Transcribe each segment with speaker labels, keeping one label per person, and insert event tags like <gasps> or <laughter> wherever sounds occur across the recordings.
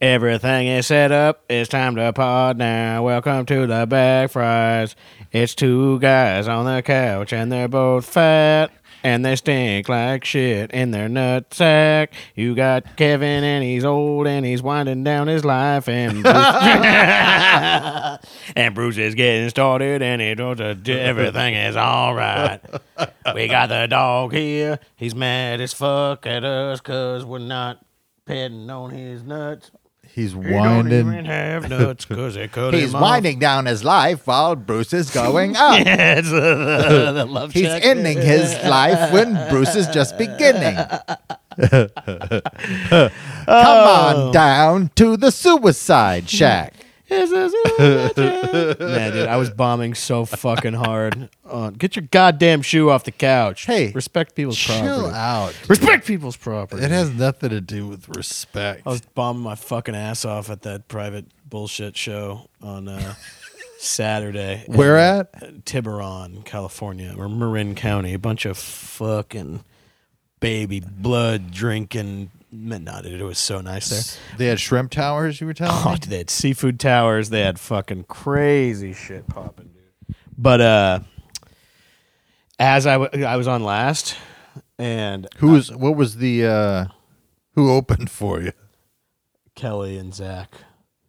Speaker 1: Everything is set up. It's time to pod now. Welcome to the Back Fries. It's two guys on the couch, and they're both fat, and they stink like shit in their nutsack. You got Kevin, and he's old, and he's winding down his life, and Bruce, <laughs> and Bruce is getting started, and it goes to everything is all right. We got the dog here. He's mad as fuck at us because we're not petting on his nuts.
Speaker 2: He's
Speaker 1: He don't even
Speaker 2: winding.
Speaker 1: have nuts because they <laughs> cut
Speaker 2: He's
Speaker 1: him off.
Speaker 2: winding down his life while Bruce is
Speaker 3: <laughs>
Speaker 2: going
Speaker 1: <laughs>
Speaker 2: up.
Speaker 1: It's the, the love
Speaker 2: He's
Speaker 1: shack.
Speaker 2: ending his life when Bruce is just beginning. <laughs> Come
Speaker 3: Oh.
Speaker 2: on down to the suicide shack.
Speaker 1: It's a <laughs> suicide shack. Man, dude, I was bombing so fucking hard. On get your goddamn shoe off the couch.
Speaker 2: Hey,
Speaker 1: respect people's
Speaker 3: Chill
Speaker 1: property.
Speaker 3: out.
Speaker 1: Respect people's property.
Speaker 3: It has nothing to do with respect.
Speaker 1: I
Speaker 2: Oh,
Speaker 1: was bombing my fucking ass off at that private bullshit show on uh, Saturday.
Speaker 3: Where at?
Speaker 1: Tiburon, California, or Marin County. A bunch of fucking baby blood drinking. Man, not it was so nice there.
Speaker 3: They had shrimp towers. You were telling
Speaker 1: Oh,
Speaker 3: me.
Speaker 1: dude, they had seafood towers. They had fucking crazy shit popping, dude. But uh, as I wa- I was on last, and
Speaker 3: Who was? What was the? uh Who opened for you?
Speaker 1: Kelly and Zach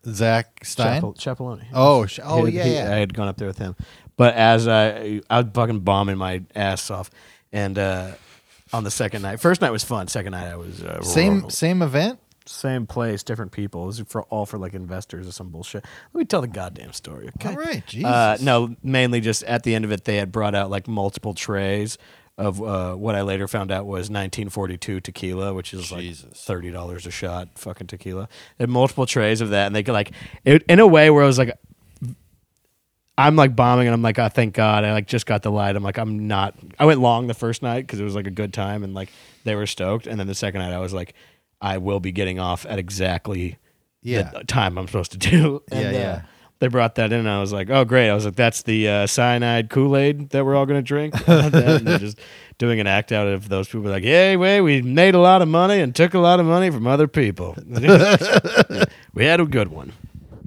Speaker 3: Zach Stein.
Speaker 1: Chapel- Chapeloni.
Speaker 3: Oh, sh- oh
Speaker 1: He-
Speaker 3: yeah,
Speaker 1: he-
Speaker 3: yeah.
Speaker 1: I had gone up there with him, but as uh, I, I was fucking bombing my ass off, and uh, on the second night, first night was fun. Second night I was uh,
Speaker 3: same
Speaker 1: ro-
Speaker 3: same event.
Speaker 1: same place, different people. It was for all for like investors or some bullshit. Let me tell the goddamn story. Okay.
Speaker 3: All right, Jesus.
Speaker 1: Uh, no, mainly just at the end of it, they had brought out like multiple trays of uh, what I later found out was 1942 tequila, which is like
Speaker 3: Jesus.
Speaker 1: thirty dollars a shot, fucking tequila. They had multiple trays of that, and they could like it, in a way where I was like, I'm like bombing, and I'm like, oh, thank God, I like just got the light. I'm like, I'm not. I went long the first night because it was like a good time, and like they were stoked, and then the second night I was like, I will be getting off at exactly
Speaker 3: Yeah.
Speaker 1: the time I'm supposed to do. <laughs> And,
Speaker 3: Yeah,
Speaker 1: uh,
Speaker 3: yeah.
Speaker 1: they brought that in, and I was like, "Oh, great!" I was like, "That's the uh, cyanide Kool Aid that we're all going to drink." <laughs> and they're just doing an act out of those people, like, "Yay, way! We made a lot of money and took a lot of money from other people. <laughs> we had a good one."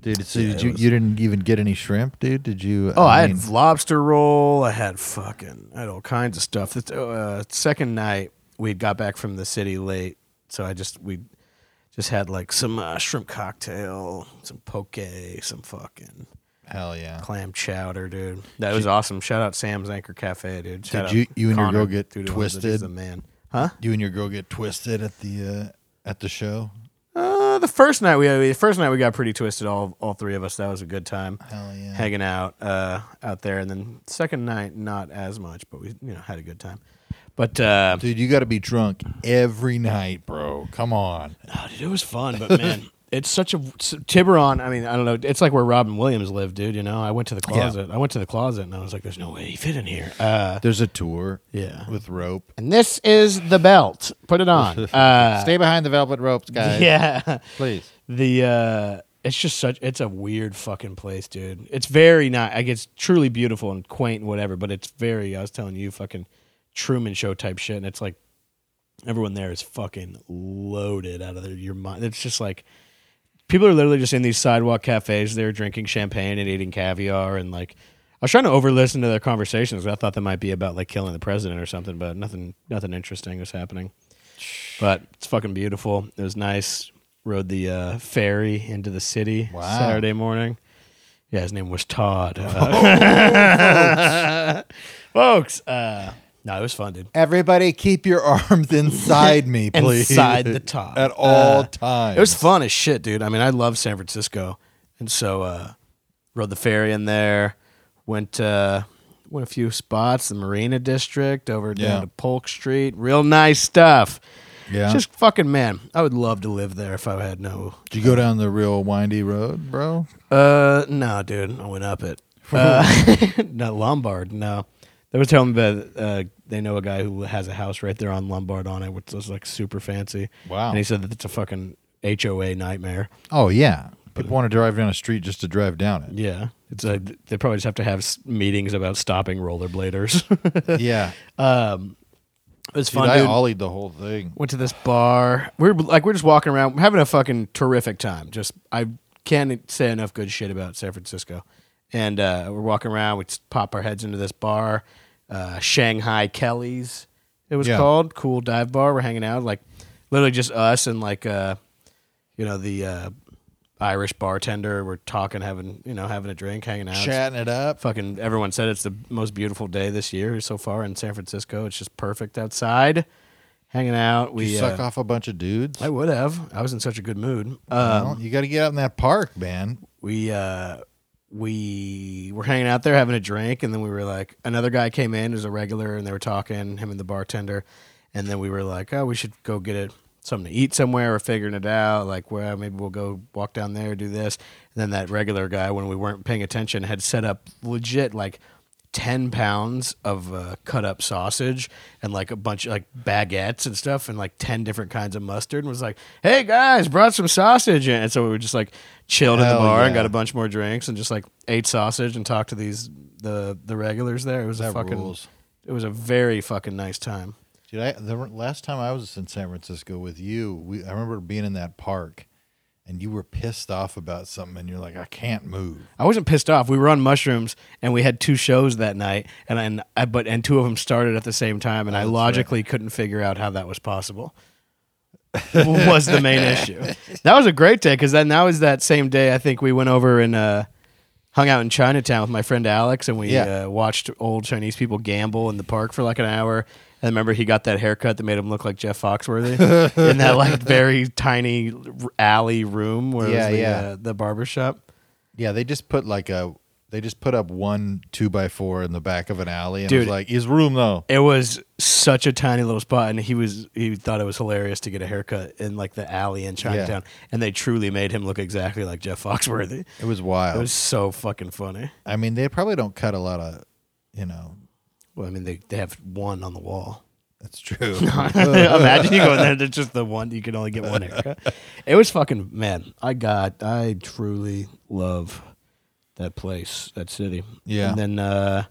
Speaker 3: dude. So
Speaker 1: it
Speaker 3: did you?
Speaker 1: was-
Speaker 3: You didn't even get any shrimp, dude. Did you?
Speaker 1: Oh, I,
Speaker 3: mean,
Speaker 1: had lobster roll. I had fucking, I had all kinds of stuff. This, uh, second night, we got back from the city late, so I just we just had like some uh, shrimp cocktail, some poke, some fucking
Speaker 3: hell yeah.
Speaker 1: clam chowder, dude. That was awesome. Shout out Sam's Anchor Cafe, dude. Shout
Speaker 3: Did
Speaker 1: out
Speaker 3: you- you and your
Speaker 1: Connor,
Speaker 3: girl get
Speaker 1: dude, who owns it. He's
Speaker 3: twisted?
Speaker 1: The man, huh?
Speaker 3: You and your girl get twisted at the uh at the show.
Speaker 1: Uh, the first night we the first night we got pretty twisted. All all three of us. That was a good time.
Speaker 3: Hell yeah.
Speaker 1: hanging out uh, out there, and then second night not as much, but we you know had a good time. But uh,
Speaker 3: Dude, you got to be drunk every night, bro. Come on.
Speaker 1: oh, dude, it was fun.
Speaker 3: <laughs>
Speaker 1: But man, it's such a s- Tiburon. I mean, I don't know. It's like where Robin Williams lived, dude. You know, I went to the closet. I went to the closet, and I was like, "There's no way he fit in here." Uh,
Speaker 3: There's a tour.
Speaker 1: Yeah.
Speaker 3: With rope.
Speaker 1: and this is the belt. Put it on.
Speaker 3: <laughs>
Speaker 1: Uh,
Speaker 2: Stay behind the velvet ropes, guys.
Speaker 1: yeah.
Speaker 2: Please.
Speaker 1: the uh it's just such it's a weird fucking place dude it's very nice like it's truly beautiful and quaint and whatever but it's very i was telling you fucking truman show type shit and it's like everyone there is fucking loaded out of their your mind it's just like people are literally just in these sidewalk cafes they're drinking champagne and eating caviar and like i was trying to over listen to their conversations i thought that might be about like killing the president or something but nothing nothing interesting was happening but it's fucking beautiful. It was nice. Rode the uh, ferry into the city
Speaker 3: Wow.
Speaker 1: Saturday morning. Yeah, his name was Todd. Uh, <laughs> folks, uh, no, it was fun, dude.
Speaker 3: Everybody keep your arms inside me,
Speaker 1: <laughs>
Speaker 3: please.
Speaker 1: Inside the top.
Speaker 3: At all
Speaker 1: Uh,
Speaker 3: times.
Speaker 1: It was fun as shit, dude. I mean, I love San Francisco, and so uh, rode the ferry in there. Went uh, went a few spots, the Marina District, over
Speaker 3: Yeah.
Speaker 1: down to Polk Street. Real nice stuff.
Speaker 3: Yeah.
Speaker 1: Just fucking man, I would love to live there if I had no
Speaker 3: Did you go down the real windy road, bro?
Speaker 1: Uh, no, dude, I went up
Speaker 3: <laughs>
Speaker 1: it. Uh, <laughs> not Lombard. No, they were telling me that uh, they know a guy who has a house right there on Lombard on it, which is like super fancy.
Speaker 3: Wow.
Speaker 1: And he said that it's a fucking HOA nightmare.
Speaker 3: Oh, yeah. People want to drive down a street just to drive down
Speaker 1: Yeah, it's like they probably <laughs> just have to have s- meetings about stopping rollerbladers.
Speaker 3: it. yeah.
Speaker 1: It was
Speaker 3: Dude,
Speaker 1: fun,
Speaker 3: I
Speaker 1: dude.
Speaker 3: ollied the whole thing.
Speaker 1: Went to this bar. We are like we're just walking around, having a fucking terrific time. Just I can't say enough good shit about San Francisco. And uh, we're walking around. We just pop our heads into this bar, uh, Shanghai Kelly's. It was
Speaker 3: Yeah.
Speaker 1: called cool dive bar. We're hanging out, like literally just us and like uh, you know the uh, Irish bartender. We're talking, having you know having a drink, hanging out. It's
Speaker 3: Chatting it up.
Speaker 1: fucking everyone said it's the most beautiful day this year so far in San Francisco. It's just perfect outside, hanging out.
Speaker 3: You
Speaker 1: We
Speaker 3: suck
Speaker 1: uh,
Speaker 3: off a bunch of dudes.
Speaker 1: I would have. I was in such a good mood. Uh,
Speaker 3: Well, you got to get out in that park, man.
Speaker 1: we uh, we were hanging out there having a drink, and then we were like, another guy came in as a regular, and they were talking him and the bartender, and then we were like, oh, we should go get it. Something to eat somewhere. We're figuring it out. Like, well, maybe we'll go walk down there, do this. And then that regular guy, when we weren't paying attention, had set up legit like 10 pounds of uh, cut up sausage and like a bunch of like baguettes and stuff and like 10 different kinds of mustard and was like hey guys brought some sausage in. and so we were just like chilled in
Speaker 3: Hell
Speaker 1: the bar and
Speaker 3: yeah.
Speaker 1: got a bunch more drinks and just like ate sausage and talked to these the the regulars there it was a
Speaker 3: That
Speaker 1: fucking
Speaker 3: rules.
Speaker 1: it was a very fucking nice time
Speaker 3: Dude, I, the last time I was in San Francisco with you, we I remember being in that park, and you were pissed off about something, and you're like, I can't move.
Speaker 1: I wasn't pissed off. We were on mushrooms and we had two shows that night, and and I, but and two of them started at the same time,
Speaker 3: Oh,
Speaker 1: and I logically couldn't figure out how that was
Speaker 3: <laughs>
Speaker 1: possible. <laughs> was the main issue. That was a great day because then that was that same day. I think we went over and uh, hung out in Chinatown with my friend Alex, and we
Speaker 3: Yeah.
Speaker 1: uh, watched old Chinese people gamble in the park for like an hour. And remember, he got that haircut that made him look like Jeff
Speaker 3: <laughs>
Speaker 1: Foxworthy in that like very tiny r- alley room where
Speaker 3: Yeah,
Speaker 1: it was the,
Speaker 3: yeah.
Speaker 1: uh, the barber shop.
Speaker 3: Yeah, they just put like a they just put up one two by four in the back of an alley, and it was
Speaker 1: Dude.
Speaker 3: like, is room though?
Speaker 1: It was such a tiny little spot, and he was he thought it was hilarious to get a haircut in like the alley in Chinatown, and they truly made him look exactly like Jeff Foxworthy.
Speaker 3: It was
Speaker 1: It
Speaker 3: wild.
Speaker 1: was so fucking funny.
Speaker 3: I mean, they probably don't cut a lot of, you know,
Speaker 1: Well, I mean, they, they have one on the wall. <laughs>
Speaker 3: that's <laughs> true.
Speaker 1: Imagine you go in there, and it's just the one you can only get one haircut. It was fucking man. I got I truly love that place, that city.
Speaker 3: Yeah.
Speaker 1: and then uh,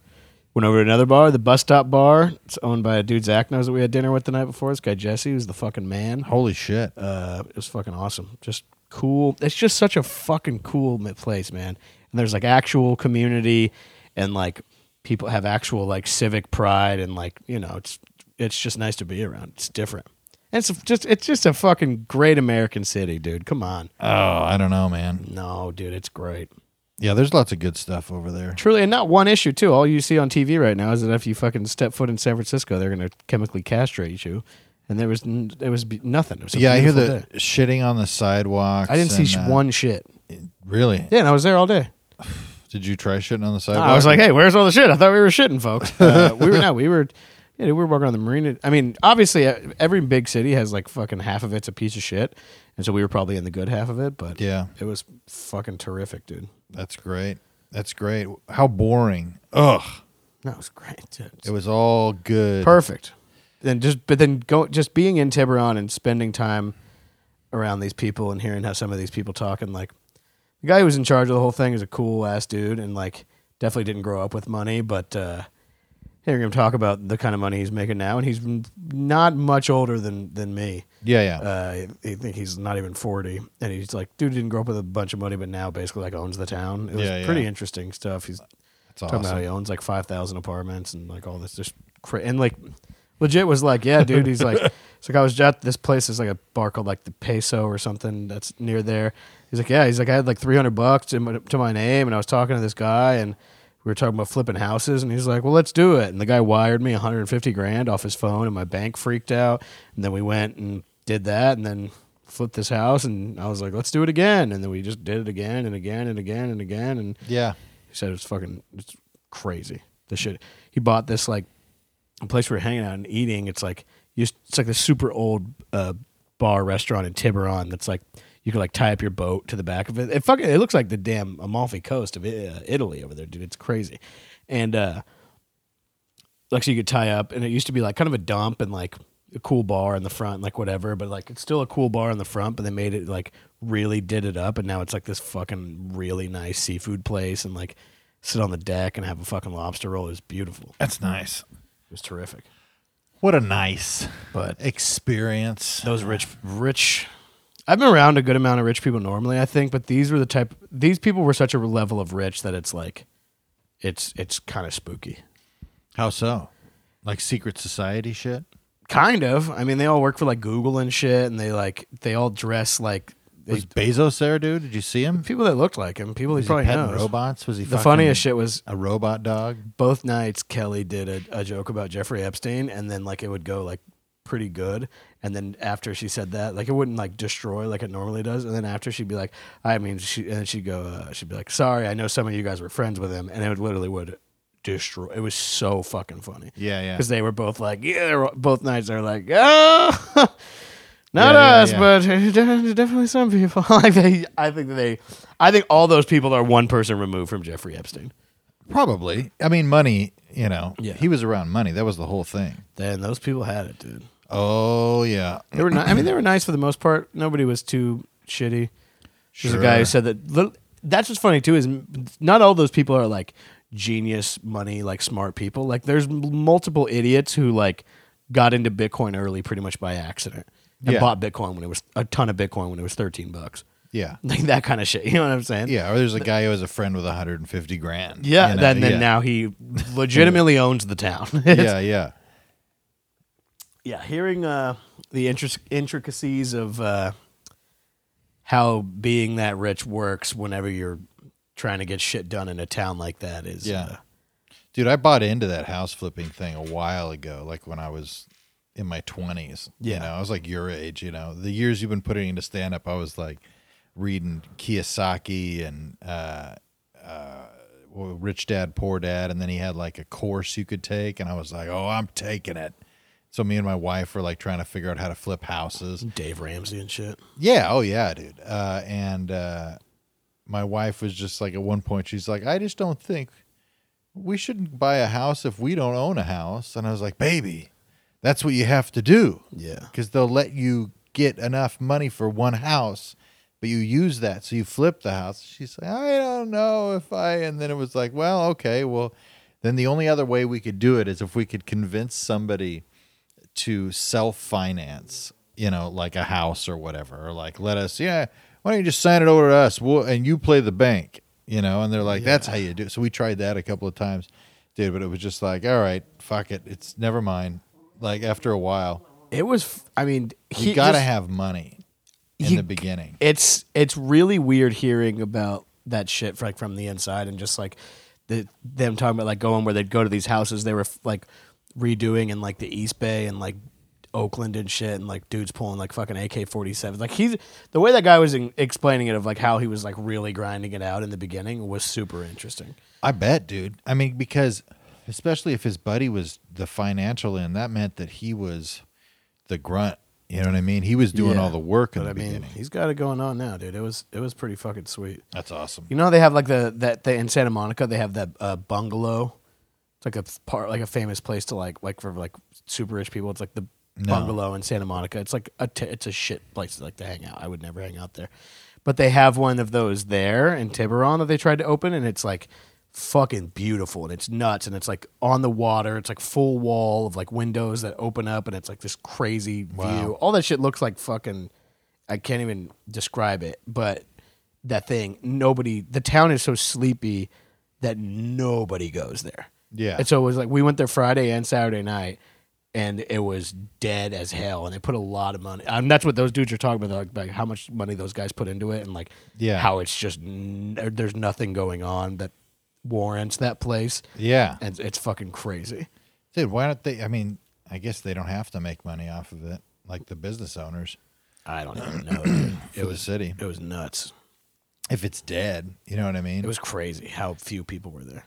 Speaker 1: went over to another bar, the bus stop bar. It's owned by a dude Zach knows that we had dinner with the night before. This guy Jesse was the fucking man.
Speaker 3: Holy shit!
Speaker 1: uh, it was fucking awesome. Just cool. It's just such a fucking cool mi- place, man. And there's like actual community, and like people have actual like civic pride, and like you know, it's it's just nice to be around. It's different. And it's just it's just a fucking great American city, dude. Come on,
Speaker 3: Oh, I don't know, man.
Speaker 1: no, dude, it's great.
Speaker 3: Yeah, there's lots of good stuff over there.
Speaker 1: Truly, and not one issue too. All you see on TV right now is that if you fucking step foot in San Francisco, they're gonna chemically castrate you. And there was n- there was be- nothing. It was a
Speaker 3: Yeah, I hear
Speaker 1: beautiful day.
Speaker 3: the shitting on the sidewalks.
Speaker 1: I didn't see
Speaker 3: and,
Speaker 1: sh
Speaker 3: uh,
Speaker 1: one shit.
Speaker 3: Really?
Speaker 1: Yeah, and I was there all day.
Speaker 3: Did you try shitting on the sidewalk?
Speaker 1: I was like, "Hey, where's all the shit?" I thought we were shitting, folks. <laughs> Uh, we were not. We were, yeah, we were walking on the marina. I mean, obviously, uh, every big city has like fucking half of it's a piece of shit, and so we were probably in the good half of it. But
Speaker 3: Yeah.
Speaker 1: it was fucking terrific, dude.
Speaker 3: That's great. That's great. How boring. Ugh.
Speaker 1: That was great. Dude. It
Speaker 3: It
Speaker 1: was
Speaker 3: was all good.
Speaker 1: perfect. Then just, but then go, just being in Tiburon and spending time around these people and hearing how some of these people talk and like the guy who was in charge of the whole thing is a cool ass dude and like definitely didn't grow up with money, but uh, hearing him talk about the kind of money he's making now, and he's m- not much older than than me.
Speaker 3: Yeah, yeah.
Speaker 1: Uh, I I think he's not even forty, and he's like, dude didn't grow up with a bunch of money, but now basically like owns the town. It was
Speaker 3: Yeah, yeah.
Speaker 1: pretty interesting stuff. He's
Speaker 3: That's
Speaker 1: talking about how
Speaker 3: awesome.
Speaker 1: he owns like five thousand apartments and like all this just cra- and like legit was like, yeah, dude. He's like, it's like I was at this place. It's like a bar called like the Peso or something that's near there. He's like, yeah. He's like, I had like three hundred bucks in my, to my name, and I was talking to this guy, and we were talking about flipping houses, and he's like, well, let's do it. And the guy wired me one hundred and fifty grand off his phone, and my bank freaked out. And then we went and did that, and then flipped this house, and I was like, let's do it again. And then we just did it again and again and again and again, and
Speaker 3: Yeah.
Speaker 1: he said it was fucking it's crazy. The shit he bought this like a place we were hanging out and eating. It's like you, it's like this super old uh, bar restaurant in Tiburon that's like you can like tie up your boat to the back of it. It fucking it looks like the damn Amalfi Coast of I- uh, Italy over there, dude. It's crazy, and uh, like so you could tie up, and it used to be like kind of a dump and like a cool bar in the front, like whatever, but like it's still a cool bar in the front, but they made it like really did it up, and now it's like this fucking really nice seafood place, and like sit on the deck and have a fucking lobster roll. It was beautiful.
Speaker 3: That's nice.
Speaker 1: It was terrific.
Speaker 3: What a nice
Speaker 1: But
Speaker 3: experience.
Speaker 1: those rich, rich. I've been around a good amount of rich people normally, I think, but these were the type. These people were such a level of rich that it's like, it's it's kind of spooky.
Speaker 3: How so? Like secret society shit?
Speaker 1: Kind of. I mean, they all work for like Google and shit, and they like they all dress like they,
Speaker 3: Was Bezos there, dude? Did you see him?
Speaker 1: people that looked like him. People he
Speaker 3: Was he
Speaker 1: probably
Speaker 3: petting
Speaker 1: knows.
Speaker 3: robots? Was he
Speaker 1: The
Speaker 3: fucking
Speaker 1: funniest shit was
Speaker 3: A robot dog?
Speaker 1: both nights Kelly did a, a joke about Jeffrey Epstein and then like it would go like pretty good and then after she said that like it wouldn't like destroy like it normally does and then after she'd be like I mean she and then she'd go uh, she'd be like sorry I know some of you guys were friends with him and it would literally would destroy it was so fucking funny
Speaker 3: Yeah, yeah.
Speaker 1: because they were both like yeah they were, both nights they're like oh <laughs> not
Speaker 3: Yeah, yeah,
Speaker 1: us
Speaker 3: yeah.
Speaker 1: but <laughs> de- definitely some people <laughs> like they I think they I think all those people are one person removed from Jeffrey Epstein
Speaker 3: Probably. I mean, money, you know,
Speaker 1: Yeah.
Speaker 3: he was around money. That was the whole thing.
Speaker 1: then those people had it dude
Speaker 3: Oh, yeah.
Speaker 1: They were. Ni- I
Speaker 3: <clears throat>
Speaker 1: mean, they were nice for the most part. Nobody was too shitty. There's a guy who
Speaker 3: Sure.
Speaker 1: said that. lit- That's what's funny too is m- not all those people are like genius, money, like smart people. Like there's m- multiple idiots who like got into Bitcoin early, pretty much by accident, and
Speaker 3: Yeah.
Speaker 1: bought Bitcoin when it was a ton of Bitcoin when it was thirteen bucks,
Speaker 3: Yeah.
Speaker 1: like that kind of shit. <laughs> You know what I'm saying?
Speaker 3: Yeah. Or there's a guy who has a friend with 150 grand.
Speaker 1: Yeah.
Speaker 3: you know,
Speaker 1: then, then
Speaker 3: yeah.
Speaker 1: now he legitimately owns the
Speaker 3: <laughs>
Speaker 1: town.
Speaker 3: Yeah,
Speaker 1: <laughs>
Speaker 3: yeah.
Speaker 1: yeah, hearing uh, the intric- intricacies of uh, how being that rich works whenever you're trying to get shit done in a town like that is
Speaker 3: Yeah.
Speaker 1: uh,
Speaker 3: Dude, I bought into that house flipping thing a while ago, like when I was in my 20s.
Speaker 1: Yeah.
Speaker 3: You know, I was like your age, you know. The years you've been putting into stand up, I was like reading Kiyosaki and uh well, Rich Dad Poor Dad, and then he had like a course you could take, and I was like, oh, I'm taking it. So me and my wife were like trying to figure out how to flip houses.
Speaker 1: Dave Ramsey and shit.
Speaker 3: Yeah, oh yeah, dude. Uh, and uh, my wife was just like at one point, she's like, I just don't think we shouldn't buy a house if we don't own a house. And I was like, baby, that's what you have to do
Speaker 1: Yeah.
Speaker 3: because they'll let you get enough money for one house, but you use that, so you flip the house. She's like, I don't know if I. And then it was like, well, okay, well, then the only other way we could do it is if we could convince somebody to self finance, you know, like a house or whatever, or like let us, yeah, why don't you just sign it over to us, we'll, and you play the bank, you know? And they're like, that's how you do it. So we tried that a couple of times, dude, but it was just like, all right, fuck it, it's never mind. Like after a while.
Speaker 1: It was. f- I mean, he
Speaker 3: You gotta
Speaker 1: just-
Speaker 3: have money in
Speaker 1: he-
Speaker 3: the beginning.
Speaker 1: It's it's really weird hearing about that shit like from the inside and just like the, them talking about like going where they'd go to these houses they were like redoing in like the East Bay and like Oakland and shit and like dudes pulling like fucking AK forty seven like he's the way that guy was in, explaining it of like how he was like really grinding it out in the beginning was super interesting.
Speaker 3: I bet, dude. I mean, because especially if his buddy was the financial end, that meant that he was the grunt. You know what I mean? He was doing
Speaker 1: Yeah.
Speaker 3: all the work in
Speaker 1: But
Speaker 3: the
Speaker 1: I mean,
Speaker 3: beginning.
Speaker 1: he's got it going on now, dude. It was it was pretty fucking sweet.
Speaker 3: That's awesome.
Speaker 1: You know how they have like the that they, in Santa Monica they have that uh, bungalow. It's like a f- part like a famous place to like like for like super rich people. It's like the bungalow in Santa Monica. It's like a t- it's a shit place to like to hang out. I would never hang out there, but they have one of those there in Tiburon that they tried to open, and it's like fucking beautiful and it's nuts and it's like on the water it's like full wall of like windows that open up and it's like this crazy view all that shit looks like fucking i can't even describe it but that thing. Nobody, the town is so sleepy that nobody goes there.
Speaker 3: Yeah.
Speaker 1: And so it was like we went there Friday and Saturday night, and it was dead as hell. And they put a lot of money. And that's what those dudes are talking about, like, like how much money those guys put into it, and like
Speaker 3: Yeah.
Speaker 1: how it's just n- er, there's nothing going on that warrants that place,
Speaker 3: yeah.
Speaker 1: and it's fucking crazy.
Speaker 3: Dude, why don't they? I mean, I guess they don't have to make money off of it, like the business owners
Speaker 1: I don't even <clears throat> know. dude.
Speaker 3: for the city.
Speaker 1: it was nuts.
Speaker 3: If it's dead, you know what I mean?
Speaker 1: It was crazy how few people were there.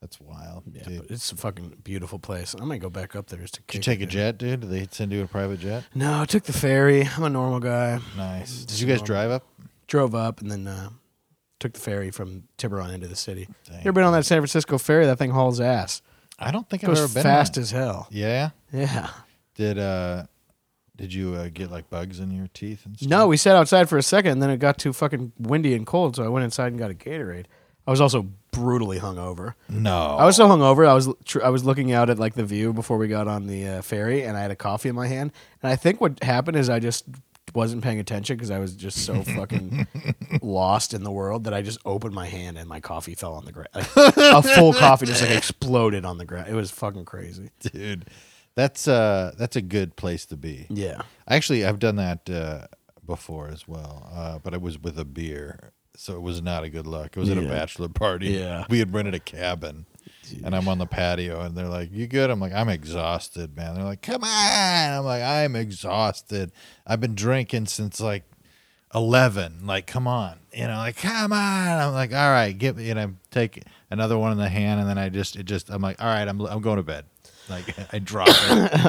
Speaker 3: That's wild.
Speaker 1: Yeah,
Speaker 3: dude.
Speaker 1: but it's a fucking beautiful place. I might go back up there just to
Speaker 3: Did you
Speaker 1: kick
Speaker 3: take
Speaker 1: it.
Speaker 3: a jet, dude? Did they send you a private jet?
Speaker 1: No, I took the ferry. I'm a normal guy. Mm,
Speaker 3: Nice. Did you guys drive up?
Speaker 1: Drove up and then uh, took the ferry from Tiburon into the city.
Speaker 3: Dang.
Speaker 1: You ever been on that San Francisco ferry? That thing hauls ass.
Speaker 3: I don't think
Speaker 1: It
Speaker 3: I've
Speaker 1: goes
Speaker 3: ever been. on
Speaker 1: fast
Speaker 3: it.
Speaker 1: as hell.
Speaker 3: Yeah.
Speaker 1: Yeah.
Speaker 3: Did uh did you uh, get like bugs in your teeth and stuff?
Speaker 1: No, we sat outside for a second and then it got too fucking windy and cold, so I went inside and got a Gatorade. I was also brutally hungover.
Speaker 3: No.
Speaker 1: I was so hungover. I was tr- I was looking out at like the view before we got on the uh, ferry, and I had a coffee in my hand. And I think what happened is I just wasn't paying attention because I was just so
Speaker 3: <laughs>
Speaker 1: fucking lost in the world that I just opened my hand and my coffee fell on the ground.
Speaker 3: <laughs>
Speaker 1: Like, a full coffee just like exploded on the ground. It was fucking crazy.
Speaker 3: dude. That's uh that's a good place to be.
Speaker 1: Yeah.
Speaker 3: Actually, I've done that uh, before as well, uh, but it was with a beer, so it was not a good look. It was at a
Speaker 1: Yeah.
Speaker 3: bachelor party.
Speaker 1: Yeah.
Speaker 3: we had rented a cabin, and I'm on the patio, and they're like, "You good?" I'm like, "I'm exhausted, man." They're like, "Come on!" I'm like, "I'm exhausted. I've been drinking since like." 11 like come on you know like come on i'm like all right give me and i take another one in the hand and then i just it just i'm like all right i'm, I'm going to bed like <laughs> i drop it
Speaker 1: <laughs>
Speaker 3: <coughs>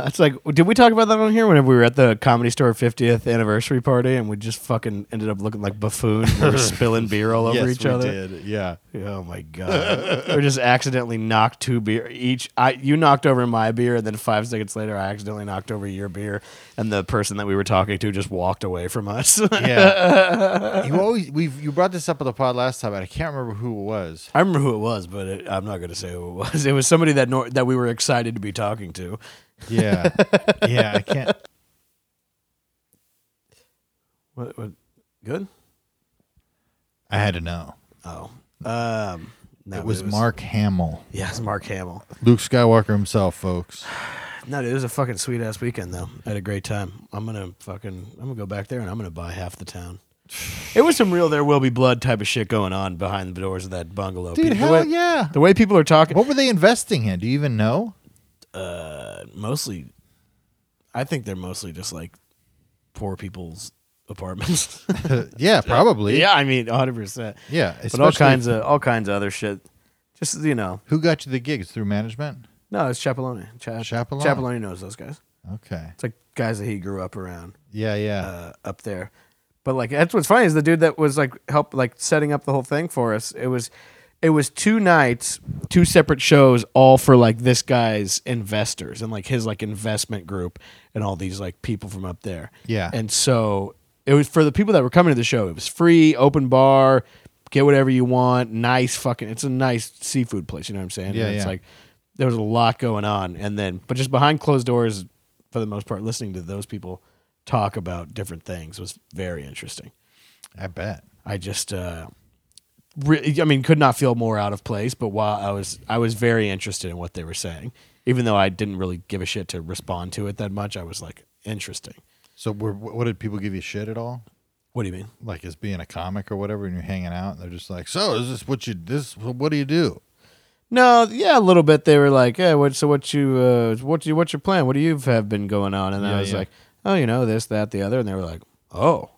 Speaker 1: It's like, did we talk about that on here whenever we were at the Comedy Store 50th anniversary party and we just fucking ended up looking like buffoons?
Speaker 3: <laughs>
Speaker 1: We were spilling beer all over
Speaker 3: yes,
Speaker 1: each
Speaker 3: we
Speaker 1: other.
Speaker 3: did. yeah
Speaker 1: Oh my god! <laughs> or just accidentally knocked two beer each. I you knocked over my beer, and then five seconds later, I accidentally knocked over your beer, and the person that we were talking to just walked away from us. <laughs>
Speaker 3: Yeah. <laughs> you always we've you brought this up on the pod last time, and I can't remember who it was.
Speaker 1: I remember who it was, but it, I'm not going to say who it was. It was somebody that nor- that we were excited to be talking to.
Speaker 3: Yeah. yeah, I can't
Speaker 1: What, what, good?
Speaker 3: I had to know.
Speaker 1: Oh, um, no,
Speaker 3: it was Mark Hamill.
Speaker 1: Yeah, it's Mark Hamill.
Speaker 3: Luke Skywalker himself, folks.
Speaker 1: No, dude, it was a fucking sweet ass weekend though. I had a great time. I'm gonna fucking I'm gonna go back there and I'm gonna buy half the town. It was some real there will be blood type of shit going on behind the doors of that bungalow.
Speaker 3: Dude,
Speaker 1: Pe- the
Speaker 3: hell
Speaker 1: way,
Speaker 3: yeah.
Speaker 1: The way people are talking,
Speaker 3: What were they investing in? Do you even know?
Speaker 1: uh, mostly, I think they're mostly just like poor people's apartments. <laughs>
Speaker 3: Uh, yeah, probably.
Speaker 1: yeah, I mean, 100. percent
Speaker 3: Yeah.
Speaker 1: But all
Speaker 3: especially-
Speaker 1: kinds of all kinds of other shit. Just you know,
Speaker 3: Who got you the gigs through management?
Speaker 1: no, it's Chapelone. Cha-
Speaker 3: Chapelone?
Speaker 1: Chapelone knows those guys.
Speaker 3: Okay.
Speaker 1: It's like guys that he grew up around.
Speaker 3: Yeah, yeah.
Speaker 1: uh, up there. But like that's what's funny is the dude that was like help like setting up the whole thing for us. It was it was two nights, two separate shows, all for like this guy's investors and like his like investment group and all these like people from up there.
Speaker 3: Yeah.
Speaker 1: And so it was for the people that were coming to the show. It was free, open bar, get whatever you want, nice fucking it's a nice seafood place, you know what I'm saying?
Speaker 3: Yeah,
Speaker 1: And it's
Speaker 3: yeah.
Speaker 1: like there was a lot going on and then but just behind closed doors for the most part listening to those people talk about different things was very interesting
Speaker 3: I bet.
Speaker 1: i just uh re- i mean could not feel more out of place but while i was i was very interested in what they were saying even though i didn't really give a shit to respond to it that much i was like interesting
Speaker 3: So were, what did people give you shit at all?
Speaker 1: what do you mean
Speaker 3: Like as being a comic or whatever, and you're hanging out, and they're just like, "So is this what you this? What do you <laughs> do?"
Speaker 1: no yeah a little bit they were like yeah what so what you uh what you what's your plan what do you have been going on and
Speaker 3: Yeah,
Speaker 1: i was
Speaker 3: yeah.
Speaker 1: like oh you know this that the other and they were like oh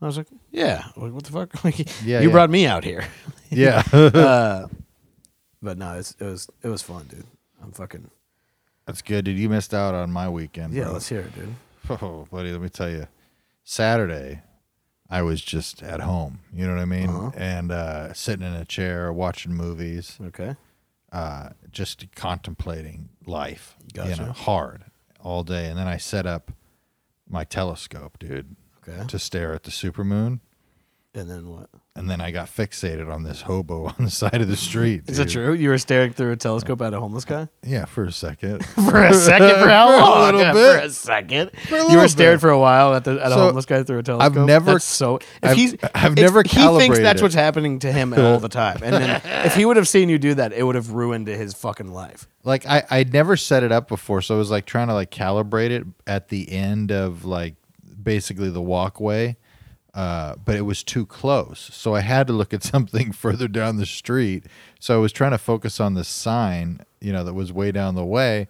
Speaker 1: i was like yeah what what the fuck <laughs> like
Speaker 3: Yeah,
Speaker 1: you
Speaker 3: yeah.
Speaker 1: brought me out <laughs> here Uh,
Speaker 3: Yeah.
Speaker 1: But no, it's, it was it was fun, dude. I'm fucking
Speaker 3: That's good, dude. You missed out on my weekend.
Speaker 1: yeah.
Speaker 3: bro.
Speaker 1: Let's hear it, dude.
Speaker 3: <laughs> Oh, buddy, let me tell you. Saturday, I was just at home. You know what I mean?
Speaker 1: Uh-huh.
Speaker 3: And uh, sitting in a chair, watching movies,
Speaker 1: Okay.
Speaker 3: uh, just contemplating life. You
Speaker 1: Gotcha.
Speaker 3: know, hard all day. And then I set up my telescope, dude,
Speaker 1: Okay.
Speaker 3: to stare at the supermoon.
Speaker 1: And then what?
Speaker 3: And then I got fixated on this hobo <laughs> on the side of the street.
Speaker 1: Is that
Speaker 3: dude.
Speaker 1: true? You were staring through a telescope at a homeless guy
Speaker 3: Yeah, for a second.
Speaker 1: <laughs> for a second. For how
Speaker 3: For <laughs> a
Speaker 1: long?
Speaker 3: little
Speaker 1: Yeah,
Speaker 3: bit.
Speaker 1: For a second.
Speaker 3: a
Speaker 1: you were
Speaker 3: little
Speaker 1: staring
Speaker 3: bit.
Speaker 1: for a while at the at a
Speaker 3: So,
Speaker 1: homeless guy through a telescope.
Speaker 3: never-
Speaker 1: That's so. If
Speaker 3: I've-
Speaker 1: he's
Speaker 3: I've
Speaker 1: it's-
Speaker 3: never
Speaker 1: He thinks
Speaker 3: calibrated
Speaker 1: that's
Speaker 3: it.
Speaker 1: what's happening to him all the time. And then if he would have seen you do that, it would have ruined his fucking life.
Speaker 3: like I I never set it up before, so I was like trying to like calibrate it at the end of like basically the walkway, uh, but it was too close, so I had to look at <laughs> something further down the street. So I was trying to focus on the sign, you know, that was way down the way,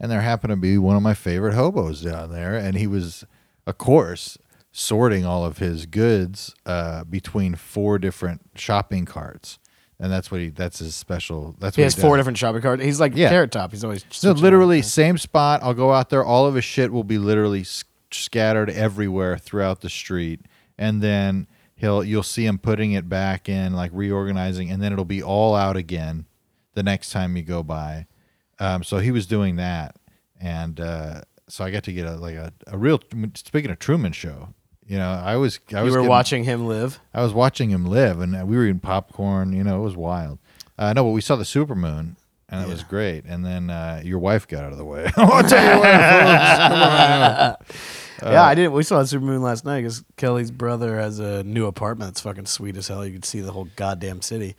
Speaker 3: and there happened to be one of my favorite hobos down there, and he was, of course. Sorting all of his goods uh, between four different shopping carts, and that's what he—that's his special. That's
Speaker 1: He
Speaker 3: what
Speaker 1: has
Speaker 3: he
Speaker 1: four
Speaker 3: does.
Speaker 1: different shopping cards. He's like
Speaker 3: Yeah.
Speaker 1: carrot top. He's always
Speaker 3: So
Speaker 1: switching
Speaker 3: literally, same spot. I'll go out there. All of his shit will be literally s- scattered everywhere throughout the street, and then he'll you'll see him putting it back in, like reorganizing, and then it'll be all out again the next time you go by. Um, so he was doing that, and uh, so I got to get a like a, a real. Speaking of Truman Show, You know, I was I
Speaker 1: you
Speaker 3: was
Speaker 1: were
Speaker 3: getting-
Speaker 1: watching him live.
Speaker 3: I was watching him live, and we were eating popcorn. You know, it was wild. Uh, no, but we saw the supermoon, and it was great. And then uh, your wife got out of the way. <laughs> I'll tell you what, Uh,
Speaker 1: yeah, I did. We saw Supermoon last night because Kelly's brother has a new apartment that's fucking sweet as hell. You could see the whole goddamn city.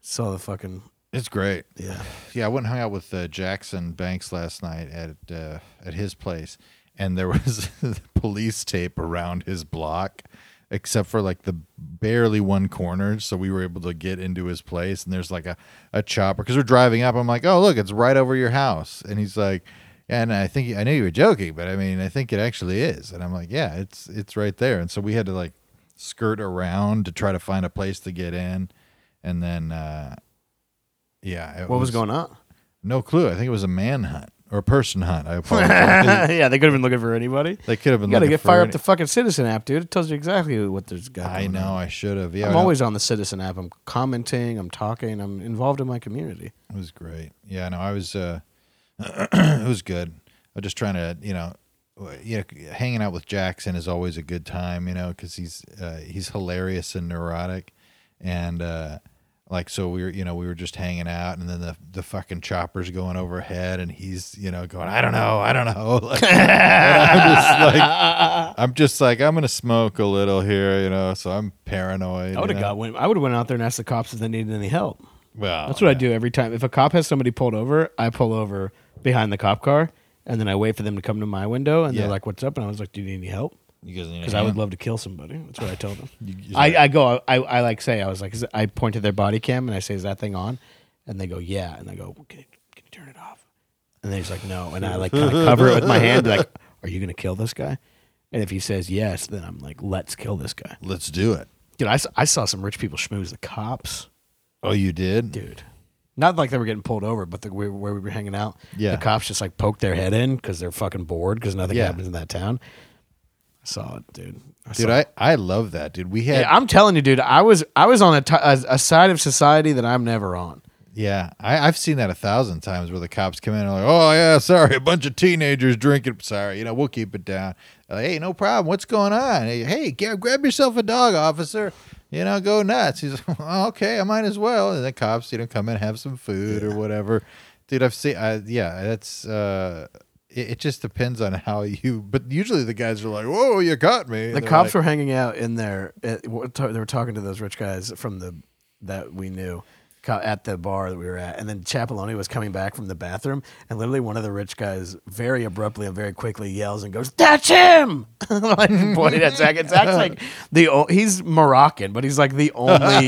Speaker 1: Saw the fucking
Speaker 3: it's great.
Speaker 1: yeah.
Speaker 3: Yeah, I went and hung out with uh, Jackson Banks last night at uh, at his place, and there <laughs> was police tape around his block, except for like the barely one corner. So we were able to get into his place, and there's like a a chopper because we're driving up. I'm like, oh look, it's right over your house, and he's like. And I think I knew you were joking, but I mean, I think it actually is. And I'm like, yeah, it's it's right there. And so we had to like skirt around to try to find a place to get in, and then uh, yeah, it
Speaker 1: What was going
Speaker 3: <laughs>
Speaker 1: on?
Speaker 3: no clue. I think it was a manhunt or a person
Speaker 1: <laughs>
Speaker 3: hunt. I apologize.
Speaker 1: yeah, they could have been looking for anybody.
Speaker 3: they could have been.
Speaker 1: You gotta
Speaker 3: looking
Speaker 1: get
Speaker 3: for
Speaker 1: fire
Speaker 3: any-
Speaker 1: up the fucking Citizen app, dude. It tells you exactly what there's got.
Speaker 3: I
Speaker 1: going
Speaker 3: know.
Speaker 1: on.
Speaker 3: I should have. Yeah, I
Speaker 1: I'm
Speaker 3: know.
Speaker 1: always on the Citizen app. I'm commenting. I'm talking. I'm involved in my community.
Speaker 3: It was great. Yeah, no, I was. Uh, <clears throat> it was good. I was just trying to, you know, w- you know, hanging out with Jackson is always a good time, you know, because he's uh, he's hilarious and neurotic, and uh, like so we were, you know, we were just hanging out, and then the the fucking choppers going overhead, and he's, you know, going, I don't know, I don't know. <laughs> Like, and I'm just like,
Speaker 1: <laughs>
Speaker 3: I'm just like, I'm gonna smoke a little here, you know, so I'm paranoid.
Speaker 1: I would have
Speaker 3: you know?
Speaker 1: got. Went, I would have went out there and asked the cops if they needed any help.
Speaker 3: Well,
Speaker 1: That's what I do every time. If a cop has somebody pulled over, I pull over behind the cop car, and then I wait for them to come to my window, and
Speaker 3: Yeah.
Speaker 1: they're like, "What's up?" And I was like, "Do you need any help?"
Speaker 3: you guys need a
Speaker 1: Because I would
Speaker 3: hand?
Speaker 1: love to kill somebody. That's what I tell them.
Speaker 3: you-
Speaker 1: I, I go. I, I like say I was like is it- I point to their body cam and I say, "Is that thing on?" And they go, "Yeah." And I go, "Can you, can you turn it off?" And then he's like, "No." And I like
Speaker 3: <laughs>
Speaker 1: kind of cover it with my hand, be like, "Are you gonna kill this guy?" And if he says yes, then I'm like, "Let's kill this guy."
Speaker 3: Let's do it.
Speaker 1: Dude, I, s- I saw some rich people schmooze the cops.
Speaker 3: Oh, you did?
Speaker 1: dude. Not like they were getting pulled over, but the, where, where we were hanging out,
Speaker 3: Yeah.
Speaker 1: the cops just like poked their head in because they're fucking bored because nothing
Speaker 3: Yeah.
Speaker 1: happens in that town. I saw it, dude. I
Speaker 3: Dude, I, I love that, dude. We had
Speaker 1: am telling you, dude. I was I was on a ti- a a side of society that I'm never on.
Speaker 3: yeah, I, I've seen that a thousand times where the cops come in and are like, oh yeah, sorry, a bunch of teenagers drinking. Sorry, you know, we'll keep it down. Uh, hey, no problem. What's going on? Hey, hey, grab, grab yourself a dog, officer. You know, go nuts. He's like, <laughs> "Well, okay, I might as well. And the cops, you know, come in have some food or whatever. Dude, I've seen. I, yeah, that's. uh it, it just depends on how you. But usually the guys are like, whoa, you caught me.
Speaker 1: The cops were hanging out in there. At, they were talking to those rich guys from the that we knew co- at the bar that we were at, and then Chapeloni was coming back from the bathroom, and literally one of the rich guys very abruptly and very quickly yells and goes, "That's him!" <laughs> like pointed at Zach. And Zach's like the o- he's Moroccan, but he's like the only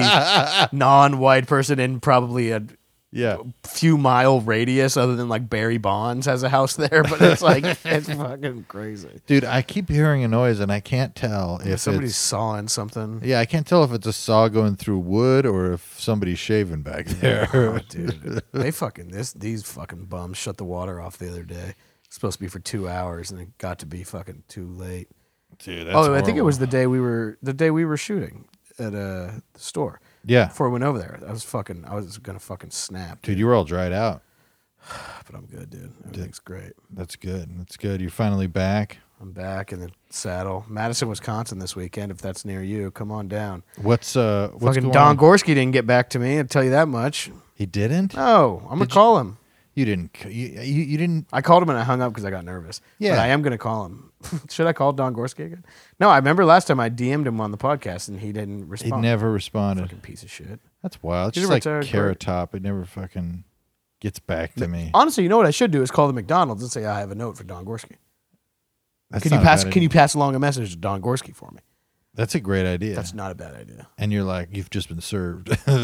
Speaker 1: non-white person in probably a
Speaker 3: Yeah.
Speaker 1: few mile radius other than like Barry Bonds has a house there but it's like <laughs> it's fucking crazy.
Speaker 3: Dude, I keep hearing a noise and I can't tell if
Speaker 1: Somebody's
Speaker 3: it's-
Speaker 1: sawing something.
Speaker 3: <laughs> yeah, I can't tell if it's a saw going through wood or if somebody's shaving
Speaker 1: <laughs>
Speaker 3: back there.
Speaker 1: Oh, dude. They fucking this these fucking bums shut the water off the other day. It's supposed to be for two hours, and it got to be fucking too late.
Speaker 3: Dude,
Speaker 1: oh, I think it was the day we were the day we were shooting at uh, the store.
Speaker 3: Yeah.
Speaker 1: Before I went over there, I was fucking I was gonna fucking snap, dude.
Speaker 3: Dude, you were all dried out.
Speaker 1: But I'm good, dude. Everything's great.
Speaker 3: That's good. That's good. You're finally back.
Speaker 1: I'm back in the saddle, Madison, Wisconsin this weekend. If that's near you, come on down.
Speaker 3: What's uh what's
Speaker 1: fucking
Speaker 3: going
Speaker 1: Don
Speaker 3: on?
Speaker 1: Gorski didn't get back to me. I'll tell you that much.
Speaker 3: He didn't?
Speaker 1: No, I'm gonna call him.
Speaker 3: You didn't c- you, you, you didn't
Speaker 1: I called him and I hung up because I got nervous.
Speaker 3: Yeah.
Speaker 1: But I am going to call him. <laughs> Should I call Don Gorski again? No, I remember last time I DM'd him on the podcast and he didn't
Speaker 3: he
Speaker 1: respond.
Speaker 3: never responded.
Speaker 1: Fucking piece of shit.
Speaker 3: That's wild. It's
Speaker 1: He's
Speaker 3: just
Speaker 1: a
Speaker 3: like
Speaker 1: retired
Speaker 3: carrot top. It never fucking gets back to me.
Speaker 1: Honestly, you know what I should do is call the McDonald's and say I have a note for Don Gorski.
Speaker 3: That's
Speaker 1: can you
Speaker 3: not a
Speaker 1: pass?
Speaker 3: bad
Speaker 1: Can you
Speaker 3: idea.
Speaker 1: pass along a message to Don Gorski for me?
Speaker 3: That's a great idea.
Speaker 1: That's not a bad
Speaker 3: <laughs>
Speaker 1: idea.
Speaker 3: and you're like, you've just been served. <laughs>
Speaker 1: Tell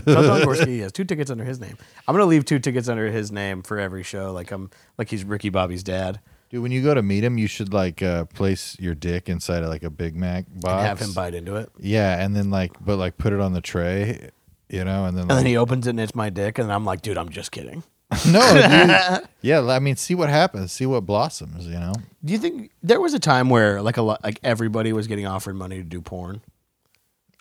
Speaker 1: Don Gorski he has two tickets under his name. I'm going to leave two tickets under his name for every show. Like I'm like he's Ricky Bobby's dad.
Speaker 3: Dude, when you go to meet him, you should like uh, place your dick inside of like a Big Mac box.
Speaker 1: And have him bite into it.
Speaker 3: Yeah, and then like, but like, put it on the tray, you
Speaker 1: <laughs>
Speaker 3: know, and then
Speaker 1: And
Speaker 3: like,
Speaker 1: then he opens it and it's my dick. And I'm like, dude, I'm just kidding.
Speaker 3: no, dude. yeah. I mean, see what happens, see what blossoms, you know.
Speaker 1: Do you think there was a time where like a lot like everybody was getting offered money to do porn?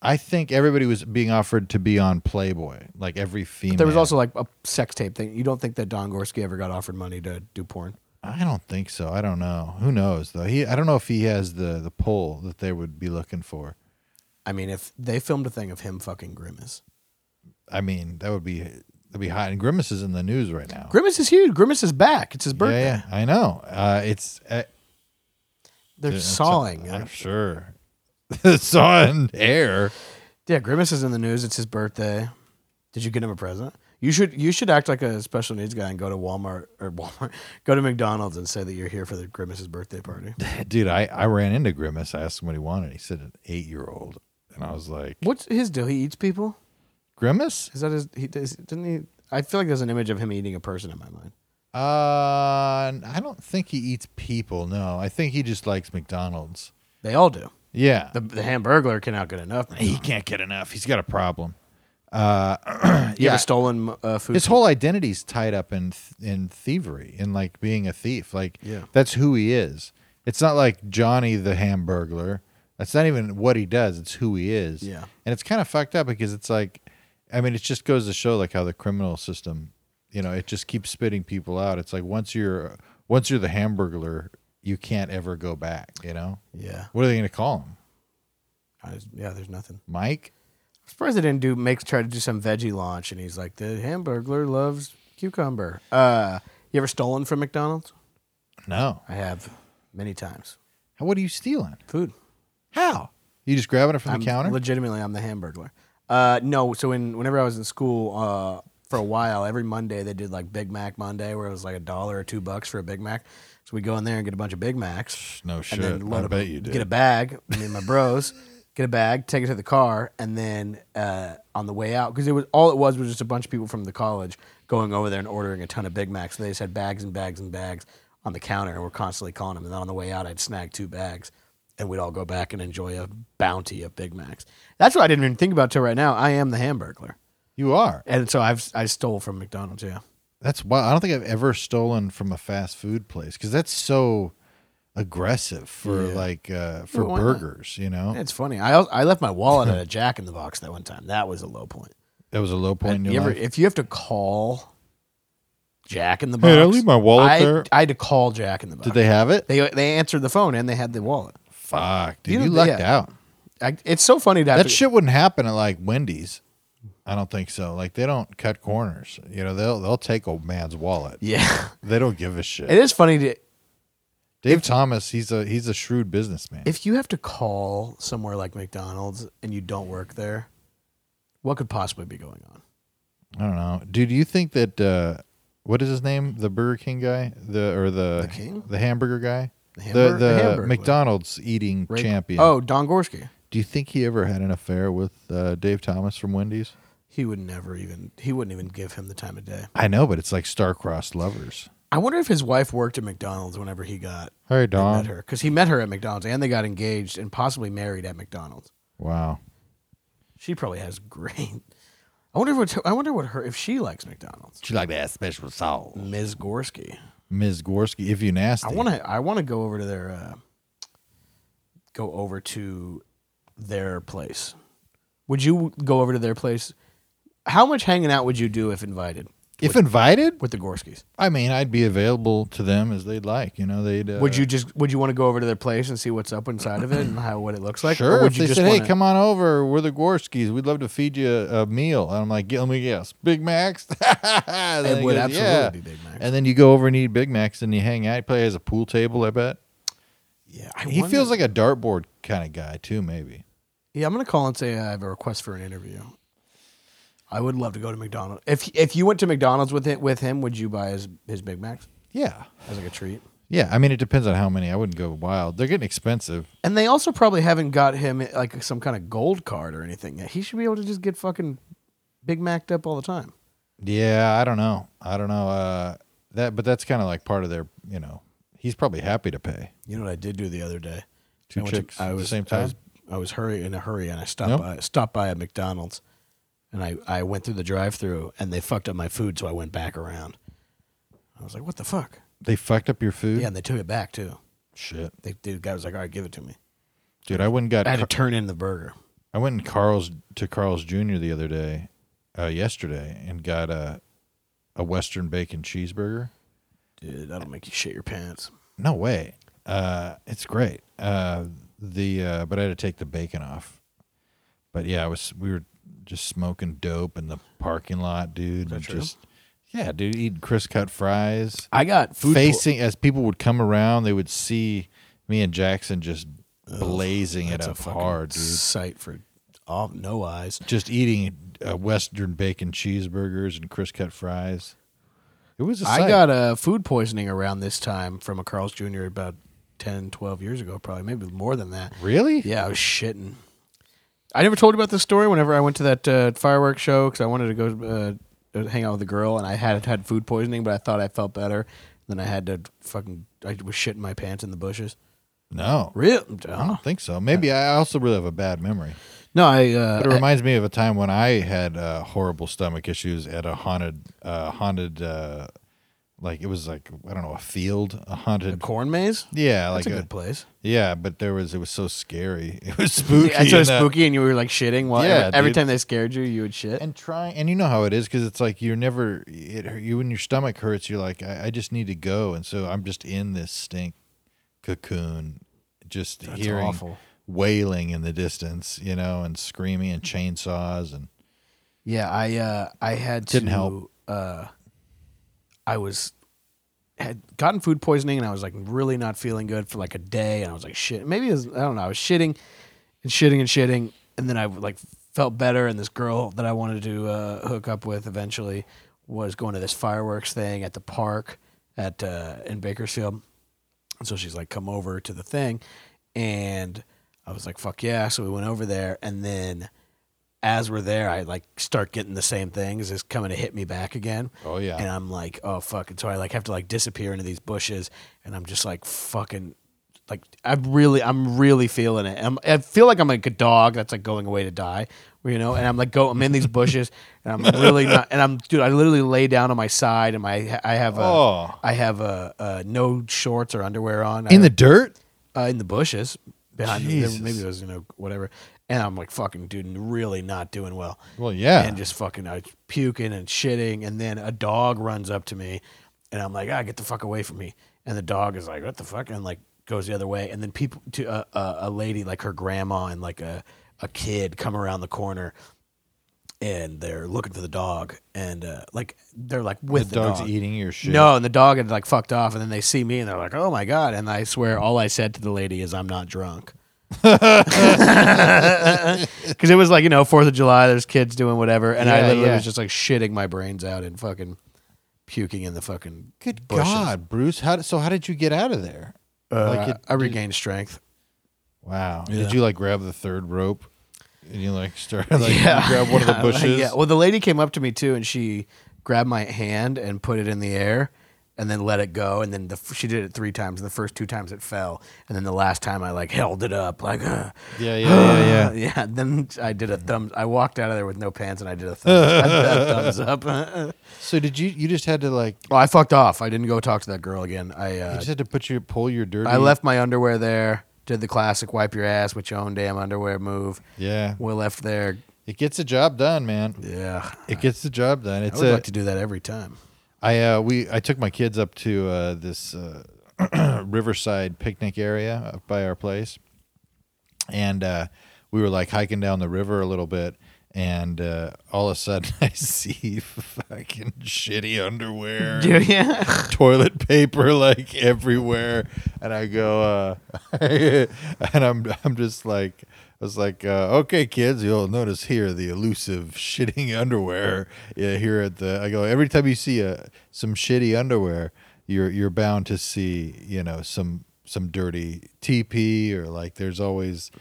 Speaker 3: I think everybody was being offered to be on Playboy, like every female.
Speaker 1: There was also like a sex tape thing. You don't think that Don Gorski ever got offered money to do porn?
Speaker 3: I don't think so. I don't know. Who knows though? He I don't know if he has the the pull that they would be looking for.
Speaker 1: I mean, if they filmed a thing of him fucking Grimace,
Speaker 3: I mean, that would be that'd be hot. And Grimace is in the news right now.
Speaker 1: Grimace is huge. Grimace is back. It's his
Speaker 3: Yeah,
Speaker 1: birthday.
Speaker 3: yeah, I know. Uh, it's uh,
Speaker 1: They're
Speaker 3: it's-
Speaker 1: sawing.
Speaker 3: I'm sure. <laughs> Sawing hair.
Speaker 1: Yeah, Grimace is in the news. It's his birthday. Did you get him a present? You should you should act like a special needs guy and go to Walmart or Walmart, <laughs> go to McDonald's and say that you're here for the Grimace's birthday <laughs> party.
Speaker 3: Dude, I, I ran into Grimace. I asked him what he wanted. He said an eight year old. And I was like,
Speaker 1: What's his deal? He eats people.
Speaker 3: Grimace?
Speaker 1: Is that his? He does, didn't he? I feel like there's an image of him eating a person in my mind.
Speaker 3: Uh, I don't think he eats people. No, I think he just likes McDonald's.
Speaker 1: They all do.
Speaker 3: Yeah.
Speaker 1: The, the Hamburglar cannot get enough. Man.
Speaker 3: he can't get enough. He's got a problem. Uh,
Speaker 1: You
Speaker 3: yeah.
Speaker 1: ever stolen uh, food?
Speaker 3: His whole identity's tied up in th- in thievery, in like being a thief. Like
Speaker 1: Yeah.
Speaker 3: that's who he is. It's not like Johnny the Hamburglar. That's not even what he does. It's who he is.
Speaker 1: Yeah.
Speaker 3: And it's kind of fucked up because it's like, I mean, it just goes to show like how the criminal system, you know, it just keeps spitting people out. It's like once you're once you're the Hamburglar, you can't ever go back. You know,
Speaker 1: yeah,
Speaker 3: what are they going to call him?
Speaker 1: I, yeah. There's nothing.
Speaker 3: Mike?
Speaker 1: I'm surprised they didn't do make try to do some veggie launch and he's like the Hamburglar loves cucumber. Uh, you ever stolen from McDonald's?
Speaker 3: No.
Speaker 1: I have many times.
Speaker 3: What are you stealing?
Speaker 1: Food.
Speaker 3: How? You just grabbing it from
Speaker 1: I'm
Speaker 3: the counter?
Speaker 1: Legitimately, I'm the Hamburglar. Uh, no, so when whenever I was in school uh, for a while, every Monday they did like Big Mac Monday, where it was like a dollar or two bucks for a Big Mac. So we go in there and get a bunch of Big Macs.
Speaker 3: No
Speaker 1: and
Speaker 3: shit.
Speaker 1: then
Speaker 3: I
Speaker 1: load up-
Speaker 3: bet you did.
Speaker 1: Get a bag. Me and my bros <laughs> get a bag, take it to the car, and then uh, on the way out, because it was all it was was just a bunch of people from the college going over there and ordering a ton of Big Macs. So they just had bags and bags and bags on the counter, and we're constantly calling them. And then on the way out, I'd snag two bags, and we'd all go back and enjoy a bounty of Big Macs. That's what I didn't even think about till right now. I am the Hamburglar,
Speaker 3: you are.
Speaker 1: and so I've I stole from McDonald's. Yeah,
Speaker 3: That's why I don't think I've ever stolen from a fast food place because that's so aggressive for
Speaker 1: Yeah.
Speaker 3: like uh, for
Speaker 1: Yeah, why not?
Speaker 3: burgers. You know,
Speaker 1: it's funny. I al- I left my wallet at a Jack in the Box that one time. That was a low point.
Speaker 3: that was a low point in
Speaker 1: You
Speaker 3: your
Speaker 1: ever-
Speaker 3: life.
Speaker 1: if you have to call Jack in the Box,
Speaker 3: Hey, did I leave my wallet
Speaker 1: I,
Speaker 3: there?
Speaker 1: I had to call Jack in the Box.
Speaker 3: Did they have it?
Speaker 1: They they answered the phone and they had the wallet.
Speaker 3: Fuck, dude,
Speaker 1: You
Speaker 3: you,
Speaker 1: know,
Speaker 3: lucked
Speaker 1: yeah.
Speaker 3: out.
Speaker 1: I, it's so funny to have
Speaker 3: That
Speaker 1: to-
Speaker 3: shit wouldn't happen at like Wendy's. I don't think so. Like they don't cut corners. You know, they'll they'll take old man's wallet.
Speaker 1: <laughs> Yeah,
Speaker 3: They don't give a shit.
Speaker 1: it is funny to
Speaker 3: Dave Thomas, he's a he's a shrewd businessman.
Speaker 1: if you have to call somewhere like McDonald's and you don't work there. What could possibly be going on?
Speaker 3: I don't know. Dude, do you think that uh what is his name? The Burger King guy? The or the
Speaker 1: The King?
Speaker 3: the hamburger guy?
Speaker 1: The
Speaker 3: the
Speaker 1: hamburger,
Speaker 3: the McDonald's eating champion.
Speaker 1: Oh, Don Gorski.
Speaker 3: Do you think he ever had an affair with uh, Dave Thomas from Wendy's?
Speaker 1: He would never even. He wouldn't even give him the time of day.
Speaker 3: I know, but it's like star-crossed lovers.
Speaker 1: I wonder if his wife worked at McDonald's whenever he got
Speaker 3: Hey,
Speaker 1: they met
Speaker 3: Don.
Speaker 1: her because he met her at McDonald's and they got engaged and possibly married at McDonald's.
Speaker 3: Wow.
Speaker 1: She probably has great. I wonder what I wonder what her if she likes McDonald's.
Speaker 3: She like that special sauce.
Speaker 1: Ms. Gorski.
Speaker 3: Ms. Gorski, if you nasty.
Speaker 1: I want to I want to go over to their uh, go over to their place. Would you go over to their place? How much hanging out would you do if invited
Speaker 3: if invited,
Speaker 1: with the Gorskys?
Speaker 3: I mean, I'd be available to them as they'd like. You know, they'd. Uh,
Speaker 1: Would you just would you want to go over to their place and see what's up inside of it and how what it looks like?
Speaker 3: Sure.
Speaker 1: Or would
Speaker 3: if
Speaker 1: you
Speaker 3: they
Speaker 1: just
Speaker 3: said, "Hey,
Speaker 1: wanna-
Speaker 3: come on over. We're the Gorskys. We'd love to feed you a, a meal," and I'm like, "Yeah, "Let me guess, Big Macs." <laughs> And
Speaker 1: It
Speaker 3: he
Speaker 1: would
Speaker 3: goes,
Speaker 1: absolutely
Speaker 3: "Yeah."
Speaker 1: be Big Macs.
Speaker 3: And then you go over and eat Big Macs, and you hang out. He probably has a pool table. I bet
Speaker 1: yeah, I
Speaker 3: he
Speaker 1: wonder-
Speaker 3: feels like a dartboard kind of guy too. Maybe.
Speaker 1: Yeah, I'm gonna call and say I have a request for an interview. I would love to go to McDonald's. If if you went to McDonald's with it, with him, would you buy his his Big Macs
Speaker 3: Yeah.
Speaker 1: as like a treat?
Speaker 3: Yeah. I mean, it depends on how many. I wouldn't go wild. They're getting expensive.
Speaker 1: And they also probably haven't got him like some kind of gold card or anything yet. He should be able to just get fucking Big Mac'd up all the time.
Speaker 3: Yeah. I don't know. I don't know. Uh, that, but that's kind of like part of their. You know, he's probably happy to pay.
Speaker 1: You know what I did do the other day?
Speaker 3: Two
Speaker 1: I went to-
Speaker 3: chicks at
Speaker 1: I
Speaker 3: the
Speaker 1: was
Speaker 3: same
Speaker 1: I was,
Speaker 3: time?
Speaker 1: I was hurry in a hurry, and I stopped
Speaker 3: No?
Speaker 1: by, stopped by a McDonald's, and I I went through the drive through, and they fucked up my food, so I went back around. I was like, what the fuck?
Speaker 3: They fucked up your food.
Speaker 1: Yeah, and they took it back too.
Speaker 3: Shit,
Speaker 1: They, the guy was like, all right, give it to me.
Speaker 3: dude. I wouldn't got.
Speaker 1: I had to
Speaker 3: Car-
Speaker 1: turn in the burger.
Speaker 3: I went in Carl's to Carl's Jr. the other day, uh, yesterday, and got a a Western bacon cheeseburger.
Speaker 1: Dude, that'll make you shit your pants.
Speaker 3: No way. Uh, it's great. Uh, the uh, but I had to take the bacon off. But yeah, I was we were just smoking dope in the parking lot, dude. and
Speaker 1: true?
Speaker 3: just yeah, dude, eating crisp cut fries.
Speaker 1: I got food. po-
Speaker 3: facing as people would come around, they would see me and Jackson just blazing it
Speaker 1: That's <laughs>
Speaker 3: up hard, dude.
Speaker 1: sight for all, no eyes.
Speaker 3: Just eating uh, Western bacon cheeseburgers and crisp cut fries. It was a sight.
Speaker 1: I got uh, food poisoning around this time from a Carl's Jr. about 10, 12 years ago, probably, maybe more than that.
Speaker 3: really.
Speaker 1: Yeah, I was shitting. I never told you about this story whenever I went to that uh, fireworks show because I wanted to go uh, hang out with a girl and I had had food poisoning, but I thought I felt better. Then I had to fucking, I was shitting my pants in the bushes.
Speaker 3: No,
Speaker 1: Real?
Speaker 3: I don't think so. Maybe I also really have a bad memory.
Speaker 1: No, I, uh,
Speaker 3: But it reminds me of a time when I had uh, horrible stomach issues at a haunted, uh, haunted, uh, like it was like I don't know, a field, a haunted.
Speaker 1: corn maze?
Speaker 3: yeah, like
Speaker 1: That's a
Speaker 3: a-
Speaker 1: good place.
Speaker 3: yeah, but there was it was so scary. <laughs> It was spooky.
Speaker 1: That's so
Speaker 3: and, uh,
Speaker 1: spooky, and you were like shitting. While
Speaker 3: Yeah,
Speaker 1: every, every
Speaker 3: dude.
Speaker 1: time they scared you, you would shit.
Speaker 3: and trying and you know how it is because it's like you're never it hurt- you when your stomach hurts you're like I, I just need to go and so i'm just in this stink cocoon just hearing
Speaker 1: awful.
Speaker 3: wailing in the distance you know and screaming and chainsaws and
Speaker 1: Yeah, I uh, I had
Speaker 3: Didn't
Speaker 1: to.
Speaker 3: help.
Speaker 1: Uh, I was had gotten food poisoning, and I was like really not feeling good for like a day, and I was like shit. Maybe it was, I don't know. I was shitting and shitting and shitting, and then I like felt better. And this girl that I wanted to uh, hook up with eventually was going to this fireworks thing at the park at uh, in Bakersfield. And so she's like, come over to the thing. And I was like, fuck yeah. So we went over there. And then as we're there, I like start getting the same things. It's coming to hit me back again.
Speaker 3: Oh, yeah.
Speaker 1: And I'm like, oh fuck. And so I like have to like disappear into these bushes. And I'm just like fucking like I'm really I'm really feeling it. I'm, I feel like I'm like a dog that's like going away to die, you know. And I'm like go I'm in these bushes and I'm
Speaker 3: <laughs>
Speaker 1: really not. And I'm dude, I literally lay down on my side and my I have a I
Speaker 3: Oh.
Speaker 1: have a, a no shorts or underwear on
Speaker 3: in
Speaker 1: I-
Speaker 3: the dirt
Speaker 1: uh, in the bushes behind me.
Speaker 3: Jesus.
Speaker 1: Maybe it was you know whatever. And I'm like fucking dude, really not doing well
Speaker 3: well yeah
Speaker 1: and just fucking I was puking and shitting. And then a dog runs up to me, and I'm like, ah, get the fuck away from me. And the dog is like, what the fuck? And like goes the other way. And then people, to uh, uh, a lady, like her grandma and like a, a kid come around the corner. And they're looking for the dog, and uh, like they're like
Speaker 3: the
Speaker 1: with the,
Speaker 3: dog's
Speaker 1: dog.
Speaker 3: eating your shit
Speaker 1: No, and the dog had like fucked off, and then they see me and they're like, "Oh my god!" And I swear, all I said to the lady is, "I'm not
Speaker 3: <laughs>
Speaker 1: drunk," <laughs> because it was like you know Fourth of July. There's kids doing whatever, and I
Speaker 3: Yeah,
Speaker 1: literally
Speaker 3: yeah.
Speaker 1: was just like shitting my brains out and fucking puking in the fucking.
Speaker 3: good
Speaker 1: bushes.
Speaker 3: god bruce how so how did you get out of there
Speaker 1: Uh,
Speaker 3: Like it-
Speaker 1: I regained <laughs> strength.
Speaker 3: wow
Speaker 1: Yeah.
Speaker 3: did you like grab the third rope and you like start like
Speaker 1: Yeah.
Speaker 3: you grab one of
Speaker 1: <laughs>
Speaker 3: the
Speaker 1: Yeah,
Speaker 3: bushes
Speaker 1: yeah. Well, the lady came up to me too, and she grabbed my hand and put it in the air, and then let it go. And then the, she did it three times. And the first two times it fell, and then the last time I like held it up, like. Uh,
Speaker 3: yeah yeah
Speaker 1: <gasps>
Speaker 3: yeah, yeah.
Speaker 1: yeah. Then I did a thumbs. I walked out of there with no pants, and I
Speaker 3: <laughs>
Speaker 1: did a thumbs, I did a thumbs up. <laughs> well,
Speaker 3: so did you you just had to like
Speaker 1: I fucked off. I didn't go talk to that girl again. I
Speaker 3: You
Speaker 1: uh,
Speaker 3: just had to put your pull your dirty.
Speaker 1: I left my underwear there. Did the classic wipe your ass with your own damn underwear move.
Speaker 3: Yeah,
Speaker 1: We left there.
Speaker 3: it gets the job done, man.
Speaker 1: Yeah,
Speaker 3: It gets the job done.
Speaker 1: I
Speaker 3: It's
Speaker 1: would
Speaker 3: a
Speaker 1: like to do that every time.
Speaker 3: I uh, we I took my kids up to uh, this uh, <clears throat> riverside picnic area up by our place, and uh, we were like hiking down the river a little bit, and uh, all of a sudden <laughs> I see fucking shitty underwear.
Speaker 1: <laughs> yeah.
Speaker 3: <laughs> toilet paper like everywhere and i go uh <laughs> and i'm i'm just like I was like, uh, okay, kids, you'll notice here the elusive shitting <laughs> underwear yeah, here at the. I go every time you see a, some shitty underwear, you're you're bound to see you know some some dirty TP or like there's always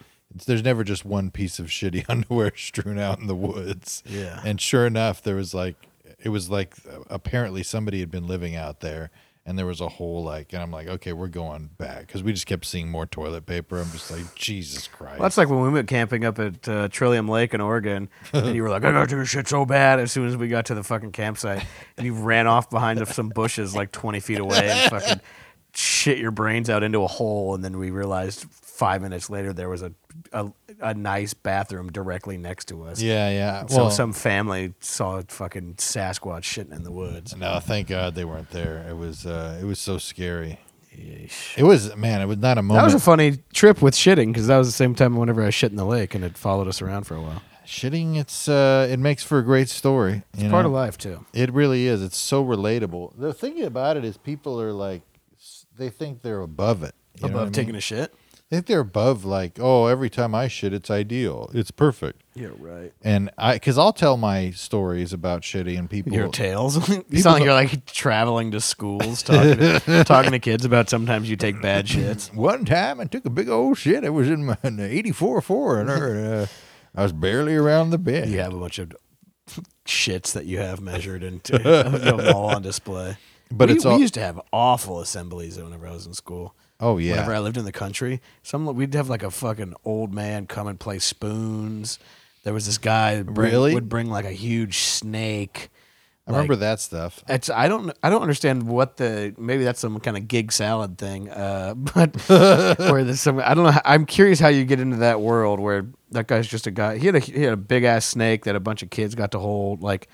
Speaker 3: there's never just one piece of shitty <laughs> underwear strewn out in the woods.
Speaker 1: Yeah.
Speaker 3: And sure enough, there was like it was like apparently somebody had been living out there and there was a hole like and I'm like, okay, we're going back because we just kept seeing more toilet paper. I'm just like, Jesus Christ.
Speaker 1: Well, that's like when we went camping up at uh, Trillium Lake in Oregon, and you were like, "I got to do shit so bad." As soon as we got to the fucking campsite, and you ran off behind some bushes like twenty feet away and fucking shit your brains out into a hole, and then we realized, five minutes later, there was a a, a nice bathroom directly next to us.
Speaker 3: Yeah, yeah.
Speaker 1: So
Speaker 3: Well,
Speaker 1: some family saw a fucking Sasquatch shitting in the woods.
Speaker 3: no, thank God they weren't there. It was uh, it was so scary. It was man. It was not a
Speaker 1: That
Speaker 3: moment.
Speaker 1: was a funny trip with shitting because that was the same time whenever I shit in the lake and it followed us around for a while.
Speaker 3: Shitting. It's uh, it makes for a great story. you
Speaker 1: Part
Speaker 3: know?
Speaker 1: of life too.
Speaker 3: It really is. It's so relatable. The thing about it is, people are like, s- they think they're above it. You know what I
Speaker 1: Above
Speaker 3: mean?
Speaker 1: taking a shit.
Speaker 3: They think they're above like, oh, every time I shit, it's ideal. It's perfect.
Speaker 1: Yeah, right.
Speaker 3: And I, because I'll tell my stories about shitty and people.
Speaker 1: Your tales. <laughs> it's not like you're like traveling to schools talking
Speaker 3: <laughs>
Speaker 1: to, talking to kids about sometimes you take bad shits.
Speaker 3: One time I took a big old shit. It was in my in the 84 4 and uh, I was barely around the bed.
Speaker 1: You have a bunch of shits that you have measured and
Speaker 3: <laughs>
Speaker 1: you have them all on display.
Speaker 3: But
Speaker 1: we,
Speaker 3: it's
Speaker 1: we
Speaker 3: all-
Speaker 1: used to have awful assemblies whenever I was in school.
Speaker 3: Oh, yeah.
Speaker 1: Whenever I lived in the country, some we'd have like a fucking old man come and play spoons. There was this guy that bring-
Speaker 3: Really?
Speaker 1: would bring like a huge snake.
Speaker 3: I remember that stuff.
Speaker 1: It's I don't I don't understand what the maybe that's some kind of gig salad thing, uh, <laughs> but where there's some I don't know. how- I'm curious how you get into that world where that guy's just a guy. He had a he had a big ass snake that a bunch of kids got to hold. Like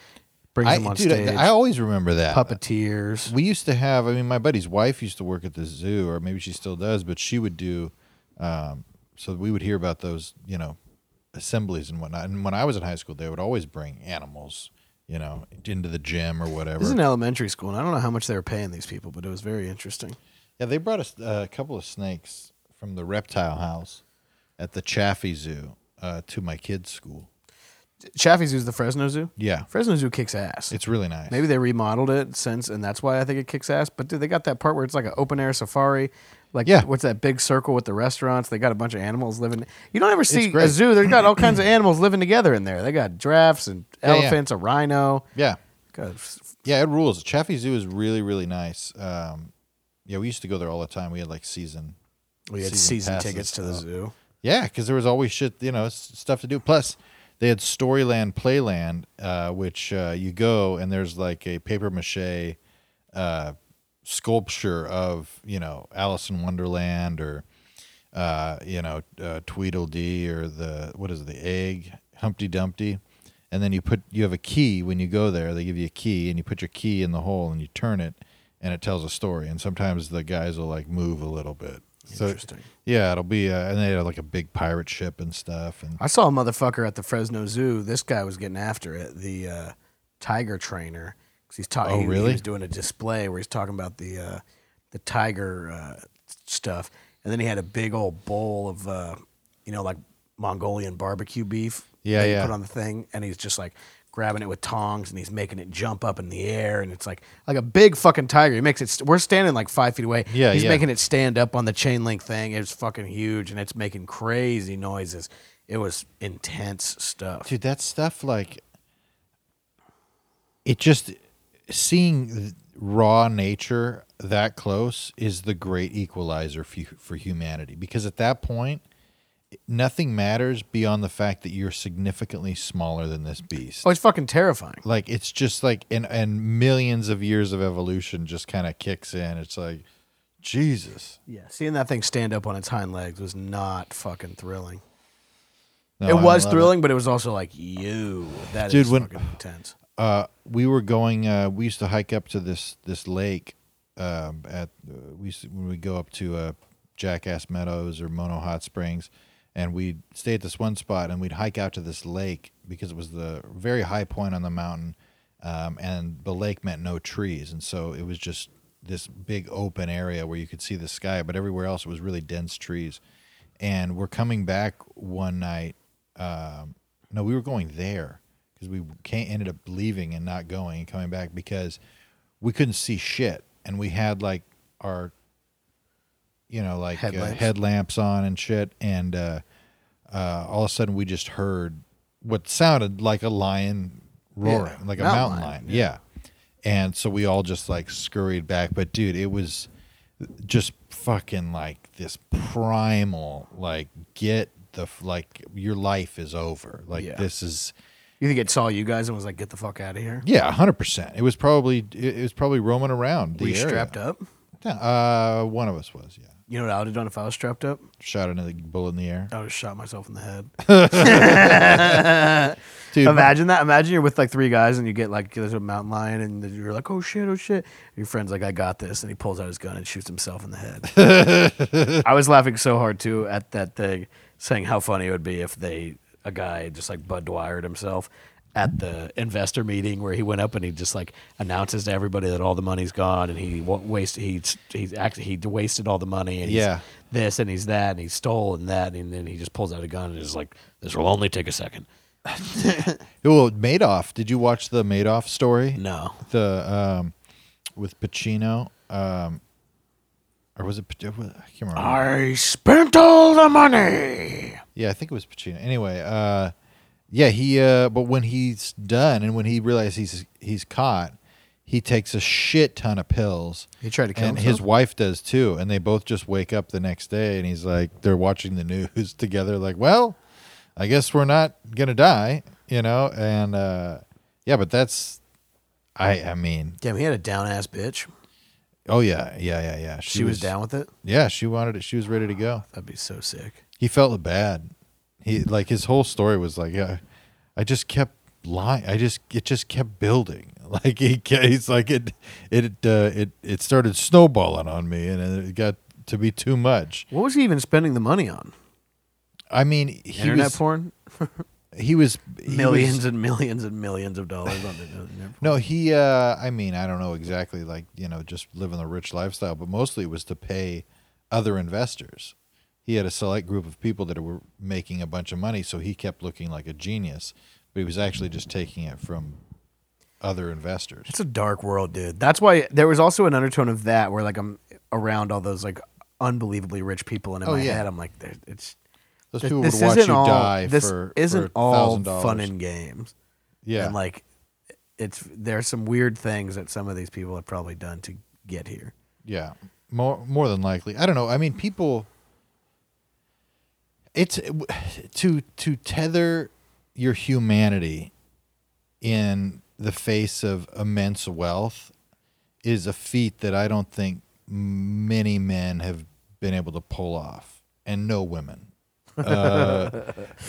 Speaker 1: brings
Speaker 3: I,
Speaker 1: him on
Speaker 3: dude,
Speaker 1: stage.
Speaker 3: I, I always remember that.
Speaker 1: puppeteers.
Speaker 3: we used to have i mean my buddy's wife used to work at the zoo or maybe she still does but she would do um, so we would hear about those you know assemblies and whatnot and when i was in high school they would always bring animals you know into the gym or whatever
Speaker 1: This is an elementary school, and I don't know how much they were paying these people, but it was very interesting.
Speaker 3: yeah they brought us uh, a couple of snakes from the reptile house at the chaffee zoo uh, to my kids school
Speaker 1: Chaffee Zoo's the Fresno Zoo.
Speaker 3: yeah
Speaker 1: Fresno Zoo kicks ass.
Speaker 3: it's really nice
Speaker 1: Maybe they remodeled it since, and that's why I think it kicks ass. But dude, they got that part where it's like an open air safari. Like,
Speaker 3: Yeah.
Speaker 1: what's that big circle with the restaurants? They got a bunch of animals living. You don't ever see a
Speaker 3: great.
Speaker 1: zoo. They've got all <clears throat> kinds of animals living together in there. They got giraffes and
Speaker 3: Yeah, yeah.
Speaker 1: elephants, a rhino.
Speaker 3: yeah
Speaker 1: God, f-
Speaker 3: Yeah, it rules. Chaffee Zoo is really, really nice. Um, yeah, we used to go there all the time. We had like season.
Speaker 1: we had
Speaker 3: Season
Speaker 1: season,
Speaker 3: passes,
Speaker 1: tickets to the
Speaker 3: uh,
Speaker 1: zoo.
Speaker 3: Yeah, because there was always shit, you know, s- stuff to do. Plus, they had Storyland Playland, uh, which uh, you go and there's like a paper mache uh, sculpture of, you know, Alice in Wonderland or, uh, you know, uh, Tweedledee or the, what is it, the egg, Humpty Dumpty. And then you put, you have a key when you go there. They give you a key and you put your key in the hole and you turn it and it tells a story. And sometimes the guys will like move a little bit. So
Speaker 1: Interesting.
Speaker 3: yeah, it'll be, uh, and they had like a big pirate ship and stuff, and
Speaker 1: I saw a motherfucker at the Fresno Zoo. This guy was getting after it. The uh, tiger trainer. 'Cause he's talking.
Speaker 3: Oh,
Speaker 1: He
Speaker 3: really?
Speaker 1: was doing a display where he's talking about the uh, the tiger uh, stuff, and then he had a big old bowl of uh, you know like Mongolian barbecue beef.
Speaker 3: Yeah,
Speaker 1: that he
Speaker 3: yeah.
Speaker 1: Put on the thing, and he's just like grabbing it with tongs, and he's making it jump up in the air, and it's like like a big fucking tiger. He makes it. St- we're standing like five feet away.
Speaker 3: Yeah,
Speaker 1: he's
Speaker 3: yeah.
Speaker 1: making it stand up on the chain link thing. It's fucking huge and it's making crazy noises. It was intense stuff.
Speaker 3: dude, that stuff like it just seeing th- raw nature that close is the great equalizer for hu- for humanity because at that point nothing matters beyond the fact that you're significantly smaller than this beast.
Speaker 1: oh, it's fucking terrifying.
Speaker 3: Like it's just like and and millions of years of evolution just kind of kicks in. It's like Jesus.
Speaker 1: Yeah, seeing that thing stand up on its hind legs was not fucking thrilling.
Speaker 3: No,
Speaker 1: it
Speaker 3: I
Speaker 1: was
Speaker 3: love
Speaker 1: thrilling, but it was also like, you, that is
Speaker 3: Dude, when-
Speaker 1: fucking intense.
Speaker 3: uh, we were going. Uh, we used to hike up to this this lake. Um, at uh, we used to, when we go up to uh, Jackass Meadows or Mono Hot Springs, and we'd stay at this one spot and we'd hike out to this lake because it was the very high point on the mountain, um, and the lake meant no trees, and so it was just this big open area where you could see the sky, but everywhere else it was really dense trees. And we're coming back one night um, no, we were going there because we can't, ended up leaving and not going and coming back because we couldn't see shit, and we had like our, you know, like headlamps, uh,
Speaker 1: Headlamps.
Speaker 3: headlamps on and shit, and uh, uh, all of a sudden we just heard what sounded like a lion roaring,
Speaker 1: Yeah,
Speaker 3: like a
Speaker 1: mountain
Speaker 3: mountain
Speaker 1: lion,
Speaker 3: lion, yeah. And so we all just like scurried back, but dude, it was just fucking like this primal like get the f- like your life is over like
Speaker 1: Yeah.
Speaker 3: this is
Speaker 1: You think it saw you guys and was like, get the fuck out of here?
Speaker 3: yeah 100% it was probably it it was probably roaming around the
Speaker 1: Were you
Speaker 3: area.
Speaker 1: strapped up?
Speaker 3: Yeah, uh one of us was yeah
Speaker 1: You know what I would have done if I was strapped up?
Speaker 3: Shot another bullet in the air.
Speaker 1: I would have shot myself in the head.
Speaker 3: Dude, my-
Speaker 1: Imagine that. Imagine you're with like three guys and you get like there's a mountain lion and then you're like, oh shit, oh shit. Your friend's like, I got this, and he pulls out his gun and shoots himself in the head.
Speaker 3: <laughs>
Speaker 1: I was laughing so hard too at that thing, saying how funny it would be if they a guy just like Bud Dwyer'd himself at the investor meeting where he went up and he just like announces to everybody that all the money's gone and he wa- waste he he's actually he wasted all the money and he's
Speaker 3: Yeah.
Speaker 1: this and he's that and he stole and that and then he just pulls out a gun and is like this will only take a second
Speaker 3: Well, Madoff. Did you watch the Madoff story?
Speaker 1: no
Speaker 3: The um, with Pacino, um, or was it? Pac- I can't remember.
Speaker 1: I spent all the money.
Speaker 3: Yeah, I think it was Pacino. Anyway, uh, yeah, he. Uh, but when he's done, and when he realizes he's he's caught, he takes a shit ton of pills.
Speaker 1: He tried to kill
Speaker 3: and his
Speaker 1: himself?
Speaker 3: wife does too, and they both just wake up the next day, and he's like, they're watching the news <laughs> together, like, well, I guess we're not gonna die, you know, and uh, yeah, but that's, I, I mean,
Speaker 1: Damn, he had a down ass bitch.
Speaker 3: oh yeah, yeah, yeah, yeah,
Speaker 1: She, was, down with it.
Speaker 3: yeah, she wanted it, she was ready to go.
Speaker 1: That'd be so sick.
Speaker 3: he felt bad. He like his whole story was like, yeah, I just kept lying. I just it just kept building. <laughs> Like he ca- he's like it it uh, it it started snowballing on me, and it got to be too much.
Speaker 1: What was he even spending the money on?
Speaker 3: I mean, he
Speaker 1: internet
Speaker 3: was
Speaker 1: porn?
Speaker 3: he was he
Speaker 1: Millions
Speaker 3: was-
Speaker 1: and millions and millions of dollars on the internet.
Speaker 3: no, he. uh I mean, I don't know exactly. Like you know, just living the rich lifestyle, but mostly it was to pay other investors. He had a select group of people that were making a bunch of money, so he kept looking like a genius, but he was actually just taking it from other investors.
Speaker 1: It's a dark world, dude. That's why there was also an undertone of that where like I'm around all those like unbelievably rich people, and in
Speaker 3: Oh,
Speaker 1: my
Speaker 3: yeah.
Speaker 1: head I'm like, there- it's
Speaker 3: Those
Speaker 1: th-
Speaker 3: people
Speaker 1: this
Speaker 3: would watch
Speaker 1: isn't
Speaker 3: you
Speaker 1: all
Speaker 3: die
Speaker 1: this
Speaker 3: for
Speaker 1: isn't
Speaker 3: for
Speaker 1: all
Speaker 3: $1,000.
Speaker 1: fun and games.
Speaker 3: yeah,
Speaker 1: And like, it's there's some weird things that some of these people have probably done to get here.
Speaker 3: Yeah, more more than likely. I don't know. I mean, people. It's to to tether your humanity in the face of immense wealth is a feat that I don't think many men have been able to pull off, and no women. Uh,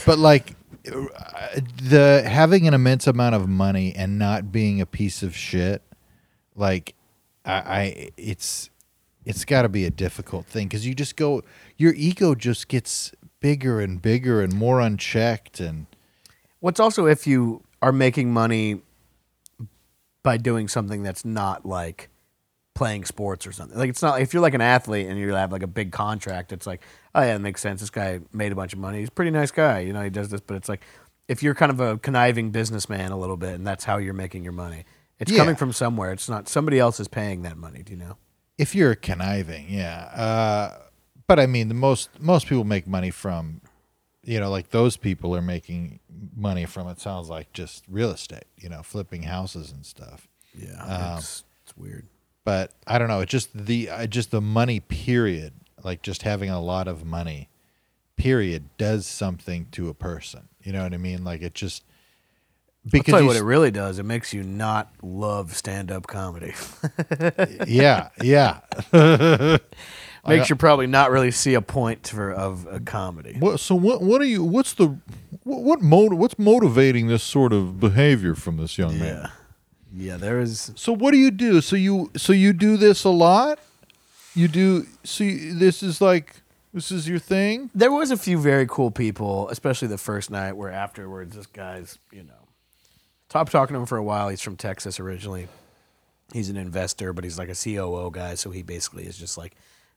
Speaker 3: but like uh, the having an immense amount of money and not being a piece of shit like I, I it's it's got to be a difficult thing because you just go your ego just gets bigger and bigger and more unchecked and
Speaker 1: What's also if you are making money by doing something that's not like playing sports or something. Like it's not if you're like an athlete and you have like a big contract, it's like, oh yeah, it makes sense. This guy made a bunch of money. He's a pretty nice guy. You know, he does this, but it's like if you're kind of a conniving businessman a little bit and that's how you're making your money. It's
Speaker 3: Yeah.
Speaker 1: coming from somewhere. It's not somebody else is paying that money, do you know?
Speaker 3: if you're conniving yeah uh, but i mean the most most people make money from you know like those people are making money from it sounds like just real estate you know flipping houses and stuff
Speaker 1: Yeah.
Speaker 3: Um,
Speaker 1: it's, it's weird.
Speaker 3: but I don't know. It's just the uh, just the money period, like just having a lot of money, period, does something to a person. You know what I mean? Like it just
Speaker 1: I'll tell
Speaker 3: because
Speaker 1: you
Speaker 3: you
Speaker 1: what it
Speaker 3: s-
Speaker 1: really does. It makes you not love stand up <laughs> comedy.
Speaker 3: <laughs> yeah, yeah.
Speaker 1: makes you probably not really see a point for of a comedy.
Speaker 3: What, so what what are you? What's the what, what mode? What's motivating this sort of behavior from this young
Speaker 1: Yeah, yeah. There is
Speaker 3: So what do you do? So you so you do this a lot. You do so. You, this is like this is your thing.
Speaker 1: there was a few very cool people, especially the first night where afterwards this guy's you know, top talking to him for a while. He's from Texas originally. He's an investor, but he's like a COO guy, so he basically is just like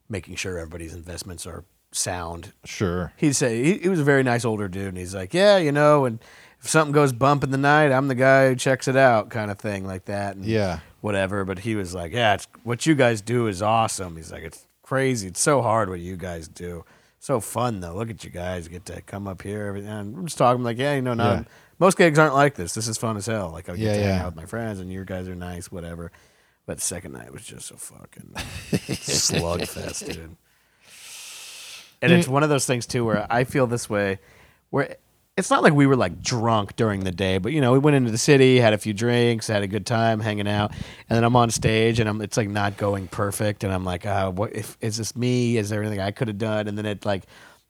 Speaker 1: making sure everybody's investments are sound
Speaker 3: <laughs> Sure.
Speaker 1: he'd say he, he was a very nice older dude and he's like yeah you know and if something goes bump in the night i'm the guy who checks it out kind of thing like that and
Speaker 3: Yeah.
Speaker 1: whatever but he was like yeah it's, what you guys do is awesome he's like it's crazy it's so hard what you guys do so fun though look at you guys get to come up here everything and i'm just talking like yeah you know not
Speaker 3: Yeah.
Speaker 1: most gigs aren't like this this is fun as hell like i get
Speaker 3: Yeah,
Speaker 1: to hang
Speaker 3: yeah.
Speaker 1: out with my friends and your guys are nice whatever but second night was just a
Speaker 3: <laughs>
Speaker 1: fucking slugfest dude and it's one of those things too where I feel this way, where it's not like we were like drunk during the day, but you know, we went into the city, had a few drinks, had a good time hanging out, and then I'm on stage and I'm it's like not going perfect, and I'm like, uh, what if is this me? Is there anything I could have done? And then it like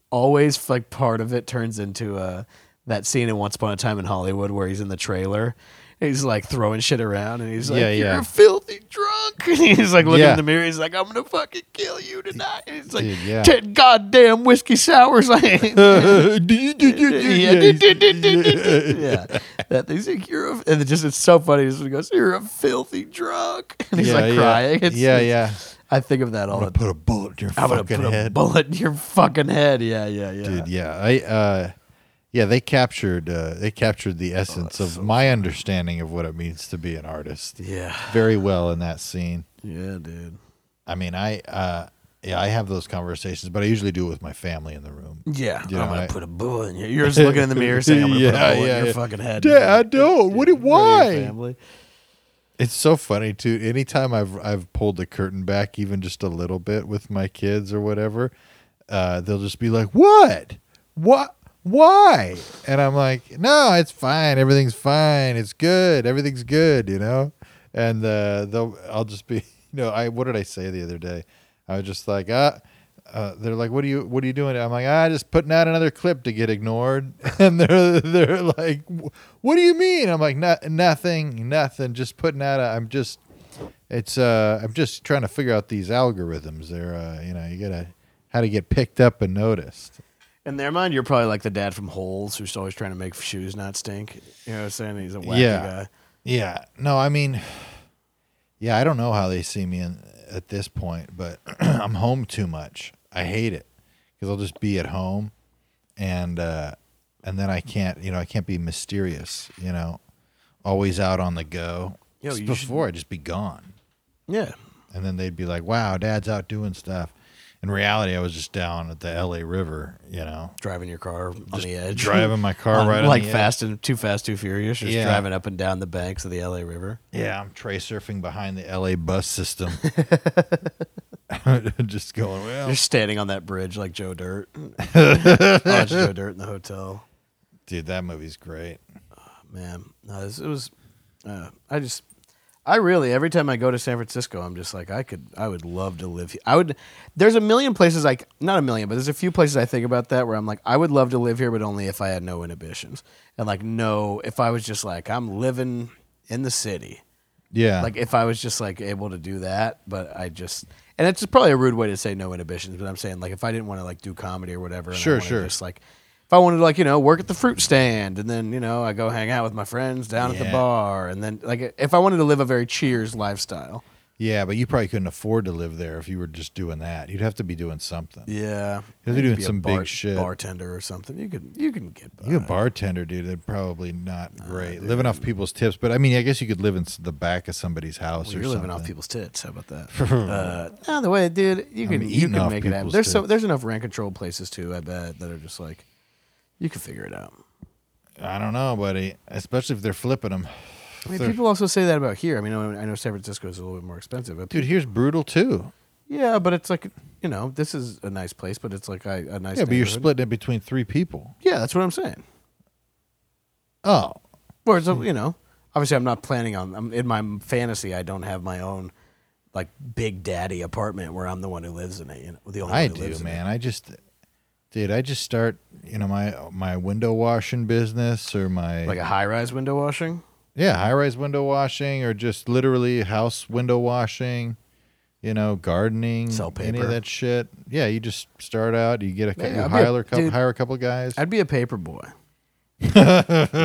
Speaker 1: always like part of it turns into uh, that scene in Once Upon a Time in Hollywood where he's in the trailer. and He's like throwing shit around, and he's like,
Speaker 3: Yeah,
Speaker 1: "You're
Speaker 3: yeah.
Speaker 1: a filthy drunk." <laughs> And he's like looking
Speaker 3: Yeah.
Speaker 1: in the mirror. He's like, "I'm gonna fucking kill you tonight." And he's like,
Speaker 3: Dude, yeah.
Speaker 1: "Ten goddamn whiskey sours." <laughs> yeah,
Speaker 3: <laughs> yeah,
Speaker 1: yeah. That he's like, you're a, and it just it's so funny. He goes, "You're a filthy drunk," <laughs> and he's
Speaker 3: yeah,
Speaker 1: like crying. It's,
Speaker 3: yeah, yeah.
Speaker 1: I think of that all the time.
Speaker 3: Put a bullet in your
Speaker 1: I'm gonna
Speaker 3: fucking
Speaker 1: put a
Speaker 3: head,
Speaker 1: bullet in your fucking head. Yeah, yeah, yeah.
Speaker 3: dude. Yeah, I. Uh, yeah, they captured. Uh, they captured the essence of my understanding of what it means to be an artist
Speaker 1: Yeah,
Speaker 3: very well in that scene.
Speaker 1: yeah, dude.
Speaker 3: I mean, I. Uh, yeah, I have those conversations, but I usually do it with my family in the room.
Speaker 1: Yeah,
Speaker 3: You
Speaker 1: I'm
Speaker 3: know,
Speaker 1: gonna
Speaker 3: I-
Speaker 1: put a bullet in you. You're just looking in the mirror saying, "I'm gonna put
Speaker 3: <laughs> Yeah,
Speaker 1: a bullet
Speaker 3: yeah,
Speaker 1: in your
Speaker 3: yeah.
Speaker 1: fucking head."
Speaker 3: Dad, don't. What? do-
Speaker 1: Go to your
Speaker 3: Why?
Speaker 1: family.
Speaker 3: It's so funny too. Anytime I've I've pulled the curtain back even just a little bit with my kids or whatever, uh, they'll just be like, "What? What? Why?" And I'm like, "No, it's fine. Everything's fine. It's good. Everything's good. You know." And uh, they'll I'll just be <laughs> you know I what did I say the other day? I was just like ah. Uh, they're like, "What are you? What are you doing?" I'm like, "Ah, just putting out another clip to get ignored." <laughs> And they're they're like, "What do you mean?" I'm like, "Not nothing, nothing. Just putting out. A, I'm just, it's uh, I'm just trying to figure out these algorithms. They're uh, you know, you gotta how to get picked up and noticed."
Speaker 1: In their mind, you're probably like the dad from Holes, who's always trying to make shoes not stink. You know what I'm saying? He's a wacky
Speaker 3: Yeah.
Speaker 1: guy.
Speaker 3: Yeah. No, I mean, yeah, I don't know how they see me in, at this point, but <clears throat> I'm home too much. I hate it because I'll just be at home, and uh, and then I can't, you know, I can't be mysterious, you know, always out on the go.
Speaker 1: Yo,
Speaker 3: Just
Speaker 1: you should-
Speaker 3: before I'd just be gone,
Speaker 1: Yeah,
Speaker 3: and then they'd be like, "Wow, Dad's out doing stuff." In reality, I was just down at the L.A. River, you know,
Speaker 1: driving your car on the edge,
Speaker 3: <laughs> driving my car
Speaker 1: On-
Speaker 3: right
Speaker 1: <laughs>
Speaker 3: on
Speaker 1: like
Speaker 3: the edge.
Speaker 1: Fast and Too Fast, Too Furious, just
Speaker 3: Yeah.
Speaker 1: driving up and down the banks of the LA River.
Speaker 3: Yeah, I'm tray surfing behind the LA bus system.
Speaker 1: <laughs>
Speaker 3: <laughs> just going, well,
Speaker 1: You're standing on that bridge like Joe
Speaker 3: <laughs>
Speaker 1: Dirt. Watch Joe Dirt in the hotel.
Speaker 3: dude, that movie's great.
Speaker 1: Man, no, this, it was. Uh, I just, I really every time I go to San Francisco, I'm just like I could, I would love to live. here. I would. There's a million places like not a million, but there's a few places I think about that where I'm like I would love to live here, but only if I had no inhibitions and like no, if I was just like I'm living in the city.
Speaker 3: Yeah.
Speaker 1: like if I was just like able to do that, but I just and it's probably a rude way to say no inhibitions, but I'm saying like if I didn't want to like do comedy or whatever, and I
Speaker 3: Sure,
Speaker 1: wanted
Speaker 3: sure.
Speaker 1: just like if I wanted to like you know work at the fruit stand and then you know I go hang out with my friends down at the
Speaker 3: Yeah.
Speaker 1: bar and then like if I wanted to live a very Cheers lifestyle,
Speaker 3: yeah, but you probably couldn't afford to live there if you were just doing that. You'd have to be doing something.
Speaker 1: yeah,
Speaker 3: You're
Speaker 1: I could
Speaker 3: doing
Speaker 1: be a
Speaker 3: some big shit.
Speaker 1: bartender or something. You could you can get by.
Speaker 3: You a bartender, dude, that'd probably not great. living off people's tips, but I mean, I guess you could live in s- the back of somebody's house
Speaker 1: Well,
Speaker 3: or
Speaker 1: you're living
Speaker 3: something.
Speaker 1: off people's tits. How about
Speaker 3: <laughs>
Speaker 1: that? uh, no, the way, dude, you can you
Speaker 3: eating
Speaker 1: can
Speaker 3: off
Speaker 1: make it happen.
Speaker 3: people's
Speaker 1: There's so
Speaker 3: tits.
Speaker 1: there's enough rent control places too. I bet that are just like you can figure it out.
Speaker 3: I don't know, buddy. Especially if they're flipping them.
Speaker 1: I mean, people also say that about here. I mean, I I know San Francisco is a little bit more expensive, but
Speaker 3: Dude, here's brutal too.
Speaker 1: yeah, but it's like you know, this is a nice place, but it's like I, a nice.
Speaker 3: Yeah, but you're
Speaker 1: neighborhood.
Speaker 3: splitting it between three people.
Speaker 1: Yeah, that's what I'm saying.
Speaker 3: Oh,
Speaker 1: Or it's a, you know, obviously I'm not planning on. I'm, in my fantasy, I don't have my own like big daddy apartment where I'm the one who lives in it. You know, the only
Speaker 3: I
Speaker 1: one who
Speaker 3: do,
Speaker 1: lives in it.
Speaker 3: man. I just, dude, I just start, you know, my my window washing business or my
Speaker 1: Like a high rise window washing.
Speaker 3: yeah high rise window washing or just literally house window washing, you know, gardening,
Speaker 1: Sell
Speaker 3: any
Speaker 1: paper.
Speaker 3: of that shit. Yeah, you just start out. You get a cou-
Speaker 1: Yeah,
Speaker 3: you
Speaker 1: I'd be a-
Speaker 3: hire a couple
Speaker 1: dude.
Speaker 3: hire a couple guys,
Speaker 1: I'd be a paper
Speaker 3: <laughs>
Speaker 1: boy. like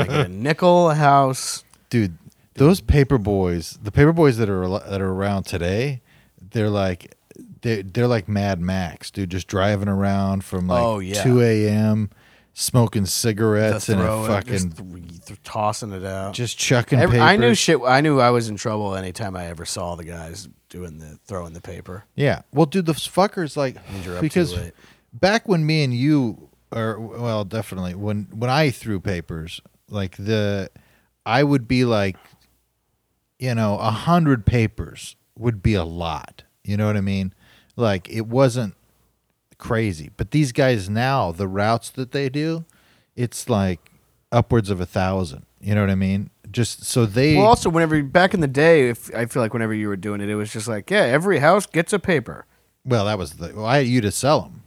Speaker 1: a nickel a house.
Speaker 3: dude. Those paper boys, the paper boys that are al- that are around today, they're like. They're, they're like Mad Max, dude, just driving around from like
Speaker 1: Oh, yeah.
Speaker 3: 2 a.m., smoking
Speaker 1: To
Speaker 3: cigarettes and
Speaker 1: throw
Speaker 3: a
Speaker 1: it,
Speaker 3: fucking
Speaker 1: just th- th- tossing it out.
Speaker 3: just chucking
Speaker 1: Every-
Speaker 3: paper.
Speaker 1: I knew shit. I knew I was in trouble anytime I ever saw the guys doing the throwing the paper.
Speaker 3: yeah. Well, dude, the fuckers like
Speaker 1: Means you're up
Speaker 3: because
Speaker 1: too late.
Speaker 3: back when me and you or well, definitely when when I threw papers, like the I would be like, you know, a hundred papers would be a lot. You know what I mean? Like it wasn't crazy, but these guys now, the routes that they do, it's like upwards of a thousand. You know what I mean? Just so they
Speaker 1: Well, also, whenever back in the day, if I feel like whenever you were doing it, it was just like, yeah, every house gets a paper.
Speaker 3: well that was the well, I had you to sell them.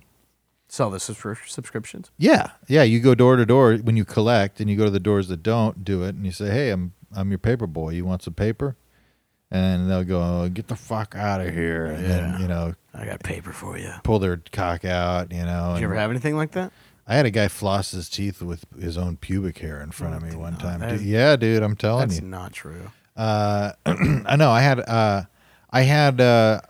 Speaker 1: Sell the subscri- subscriptions.
Speaker 3: Yeah, yeah. You go door to door when you collect, and you go to the doors that don't do it, and you say, "Hey, I'm I'm your paper boy. You want some paper?" And they'll go, "Get the fuck out of here!" And then you know,
Speaker 1: I got paper for you.
Speaker 3: pull their cock out. You know,
Speaker 1: Did
Speaker 3: and
Speaker 1: you ever have anything like that?
Speaker 3: I had a guy floss his teeth with his own pubic hair in front of me one time.
Speaker 1: Oh, that
Speaker 3: Dude,
Speaker 1: is-
Speaker 3: yeah, dude, I'm telling
Speaker 1: That's
Speaker 3: you.
Speaker 1: not true.
Speaker 3: uh, <clears throat> I know. I had uh, I had uh,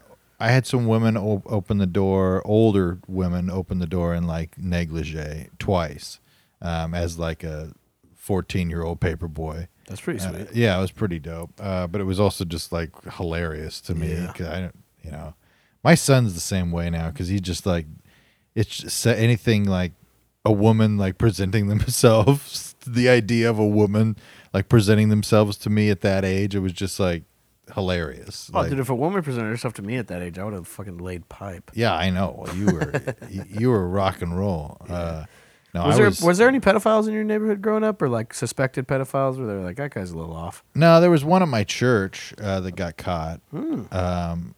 Speaker 3: I had some women o- open the door, older women open the door in like negligee twice, um, as like a fourteen year old paper boy.
Speaker 1: That's pretty
Speaker 3: Uh,
Speaker 1: sweet.
Speaker 3: yeah, it was pretty dope. Uh, but it was also just like hilarious to me
Speaker 1: Yeah.
Speaker 3: 'cause I don't, you know, my son's the same way now because he just like it's just anything like a woman like presenting <laughs> themselves. the idea of a woman like presenting themselves to me at that age, it was just like hilarious.
Speaker 1: Oh,
Speaker 3: Like,
Speaker 1: dude, if a woman presented herself to me at that age, I would have fucking laid pipe.
Speaker 3: yeah, I know you were
Speaker 1: <laughs>
Speaker 3: y- you were rock and roll. Uh, no,
Speaker 1: was
Speaker 3: I
Speaker 1: there
Speaker 3: was,
Speaker 1: was, there any pedophiles in your neighborhood growing up, or like suspected pedophiles? Where they were like, that guy's a little off.
Speaker 3: No, there was one at my church uh, that got caught. Um,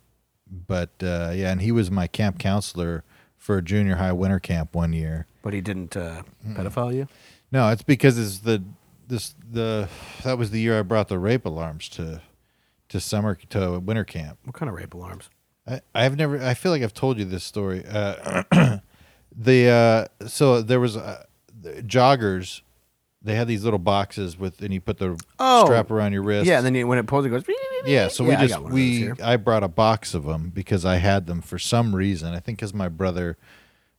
Speaker 3: but uh, yeah, and he was my camp counselor for junior high winter camp one year.
Speaker 1: But he didn't uh, pedophile you.
Speaker 3: No, it's because it's the this the that was the year I brought the rape alarms to to summer to winter camp.
Speaker 1: What kind of rape alarms?
Speaker 3: I, I've never. I feel like I've told you this story. Uh, <clears throat> the uh, so there was uh, the joggers. They had these little boxes with, and you put the
Speaker 1: Oh.
Speaker 3: strap around your wrist.
Speaker 1: Yeah, and then you, when it pulls, it goes. "Beep, beep, beep."
Speaker 3: Yeah, so
Speaker 1: Yeah, I
Speaker 3: we
Speaker 1: got
Speaker 3: just
Speaker 1: one of those
Speaker 3: we
Speaker 1: here.
Speaker 3: I brought a box of them because I had them for some reason. I think because my brother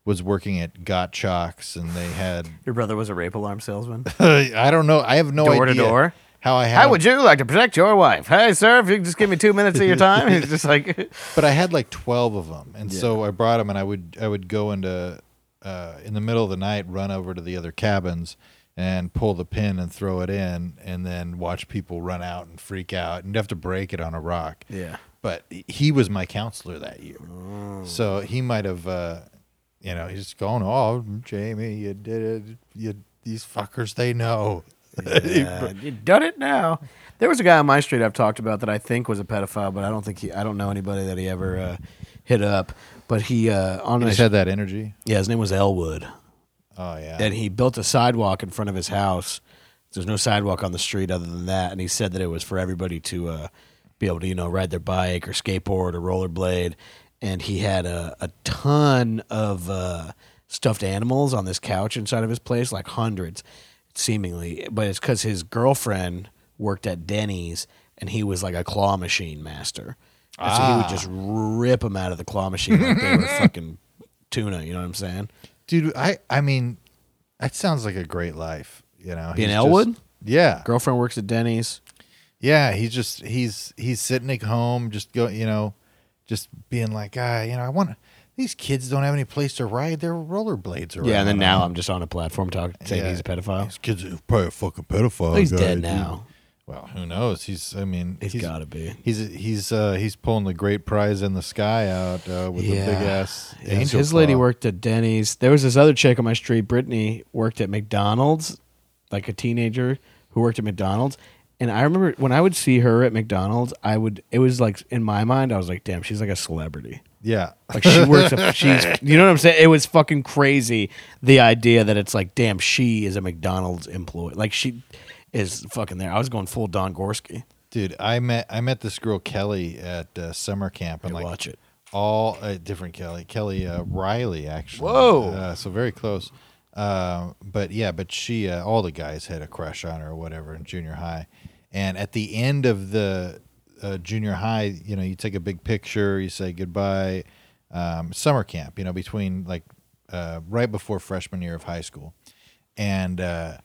Speaker 3: was working at Gottschalk's and they
Speaker 1: <laughs>
Speaker 3: had
Speaker 1: Your brother was a rape alarm salesman.
Speaker 3: I don't know I have no
Speaker 1: Door to
Speaker 3: idea
Speaker 1: door?
Speaker 3: how I
Speaker 1: <laughs>
Speaker 3: had
Speaker 1: How would you like to protect your wife? Hey, sir, if you could just give me two minutes of your time, he's just like,
Speaker 3: but I had like twelve of them, and so I brought them, and I would I would go into uh, in the middle of the night, run over to the other cabins, and pull the pin and throw it in, and then watch people run out and freak out, and have to break it on a rock.
Speaker 1: <laughs> <laughs> yeah.
Speaker 3: but he was my counselor that year. So
Speaker 1: Mm.
Speaker 3: he might have, uh, you know, he's going, "Oh, Jamie, you did it. You these fuckers, they know."
Speaker 1: Yeah, you done it now. There was a guy on my street I've talked about that I think was a pedophile, but I don't think he. I don't know anybody that he ever uh, hit up. But he uh, on
Speaker 3: He
Speaker 1: his
Speaker 3: just had that energy.
Speaker 1: yeah, his name was Elwood,
Speaker 3: Oh yeah.
Speaker 1: and he built a sidewalk in front of his house. There's no sidewalk on the street other than that, and he said that it was for everybody to uh, be able to you know ride their bike or skateboard or rollerblade. And he had a, a ton of uh, stuffed animals on this couch inside of his place, like hundreds, seemingly. But it's because his girlfriend worked at Denny's, and he was like a claw machine master. And so he would just rip them out of the claw machine like they were fucking tuna. You know what I'm saying?
Speaker 3: Dude, I I mean, that sounds like a great life. You know,
Speaker 1: Being
Speaker 3: He's
Speaker 1: Elwood?
Speaker 3: Just, yeah,
Speaker 1: Girlfriend works at Denny's.
Speaker 3: yeah. He's just he's he's sitting at home, just go, you know, just being like, ah, you know, I want these kids don't have any place to ride their rollerblades around.
Speaker 1: Yeah, and then now I'm just on a platform talking saying
Speaker 3: Yeah.
Speaker 1: he's a pedophile.
Speaker 3: These kids are probably a fucking pedophile.
Speaker 1: he's
Speaker 3: guy,
Speaker 1: dead
Speaker 3: dude.
Speaker 1: now.
Speaker 3: Well, who knows? He's. I mean,
Speaker 1: He's gotta be.
Speaker 3: He's he's uh, he's pulling the great prize in the sky out uh, with the big ass
Speaker 1: Yes,
Speaker 3: angel.
Speaker 1: His lady
Speaker 3: claw.
Speaker 1: worked at Denny's. There was this other chick on my street, Brittany, worked at McDonald's, like a teenager who worked at McDonald's. And I remember when I would see her at McDonald's, I would it was like in my mind, I was like, damn, she's like a celebrity.
Speaker 3: Yeah,
Speaker 1: Like she works <laughs> a, she's you know what I'm saying? It was fucking crazy the idea that it's like, damn, she is a McDonald's employee. Like she is fucking there. I was going full Don Gorski.
Speaker 3: dude. I met I met this girl Kelly at uh, summer camp and
Speaker 1: Hey,
Speaker 3: like
Speaker 1: watch it.
Speaker 3: all uh, different Kelly Kelly uh, Riley actually.
Speaker 1: Whoa.
Speaker 3: Uh, so very close. Um, but yeah, but she uh, all the guys had a crush on her or whatever in junior high, and at the end of the uh, junior high, you know, you take a big picture, you say goodbye. Um, summer camp, you know, between like uh, right before freshman year of high school, and uh,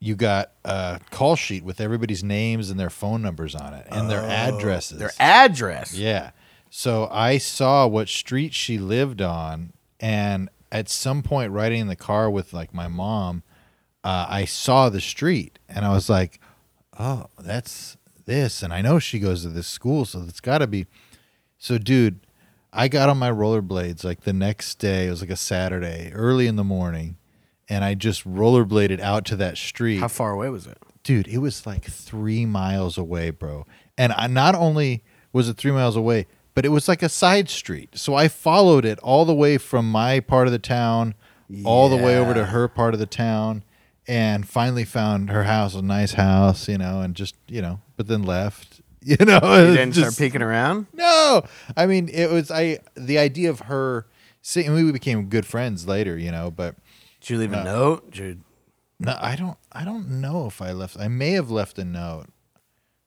Speaker 3: you got a call sheet with everybody's names and their phone numbers on it and their addresses.
Speaker 1: Their address.
Speaker 3: Yeah. So I saw what street she lived on, and at some point, riding in the car with like my mom, uh, I saw the street, and I was like, "Oh, that's this." And I know she goes to this school, so it's got to be. So, dude, I got on my rollerblades like the next day. It was like a Saturday, early in the morning, and I just rollerbladed out to that street.
Speaker 1: How far away was it?
Speaker 3: Dude, it was like three miles away, bro. And I, not only was it three miles away, but it was like a side street. So I followed it all the way from my part of the town, all the way over to
Speaker 1: Yeah.
Speaker 3: her part of the town, and finally found her house, a nice house, you know, and just, you know, but then left. <laughs> You know,
Speaker 1: You
Speaker 3: it
Speaker 1: didn't
Speaker 3: just-
Speaker 1: start peeking around.
Speaker 3: no i mean it was i the idea of her seeing we became good friends later you know but
Speaker 1: Did you leave a note? Did you-
Speaker 3: no i don't i don't know if i left i may have left a note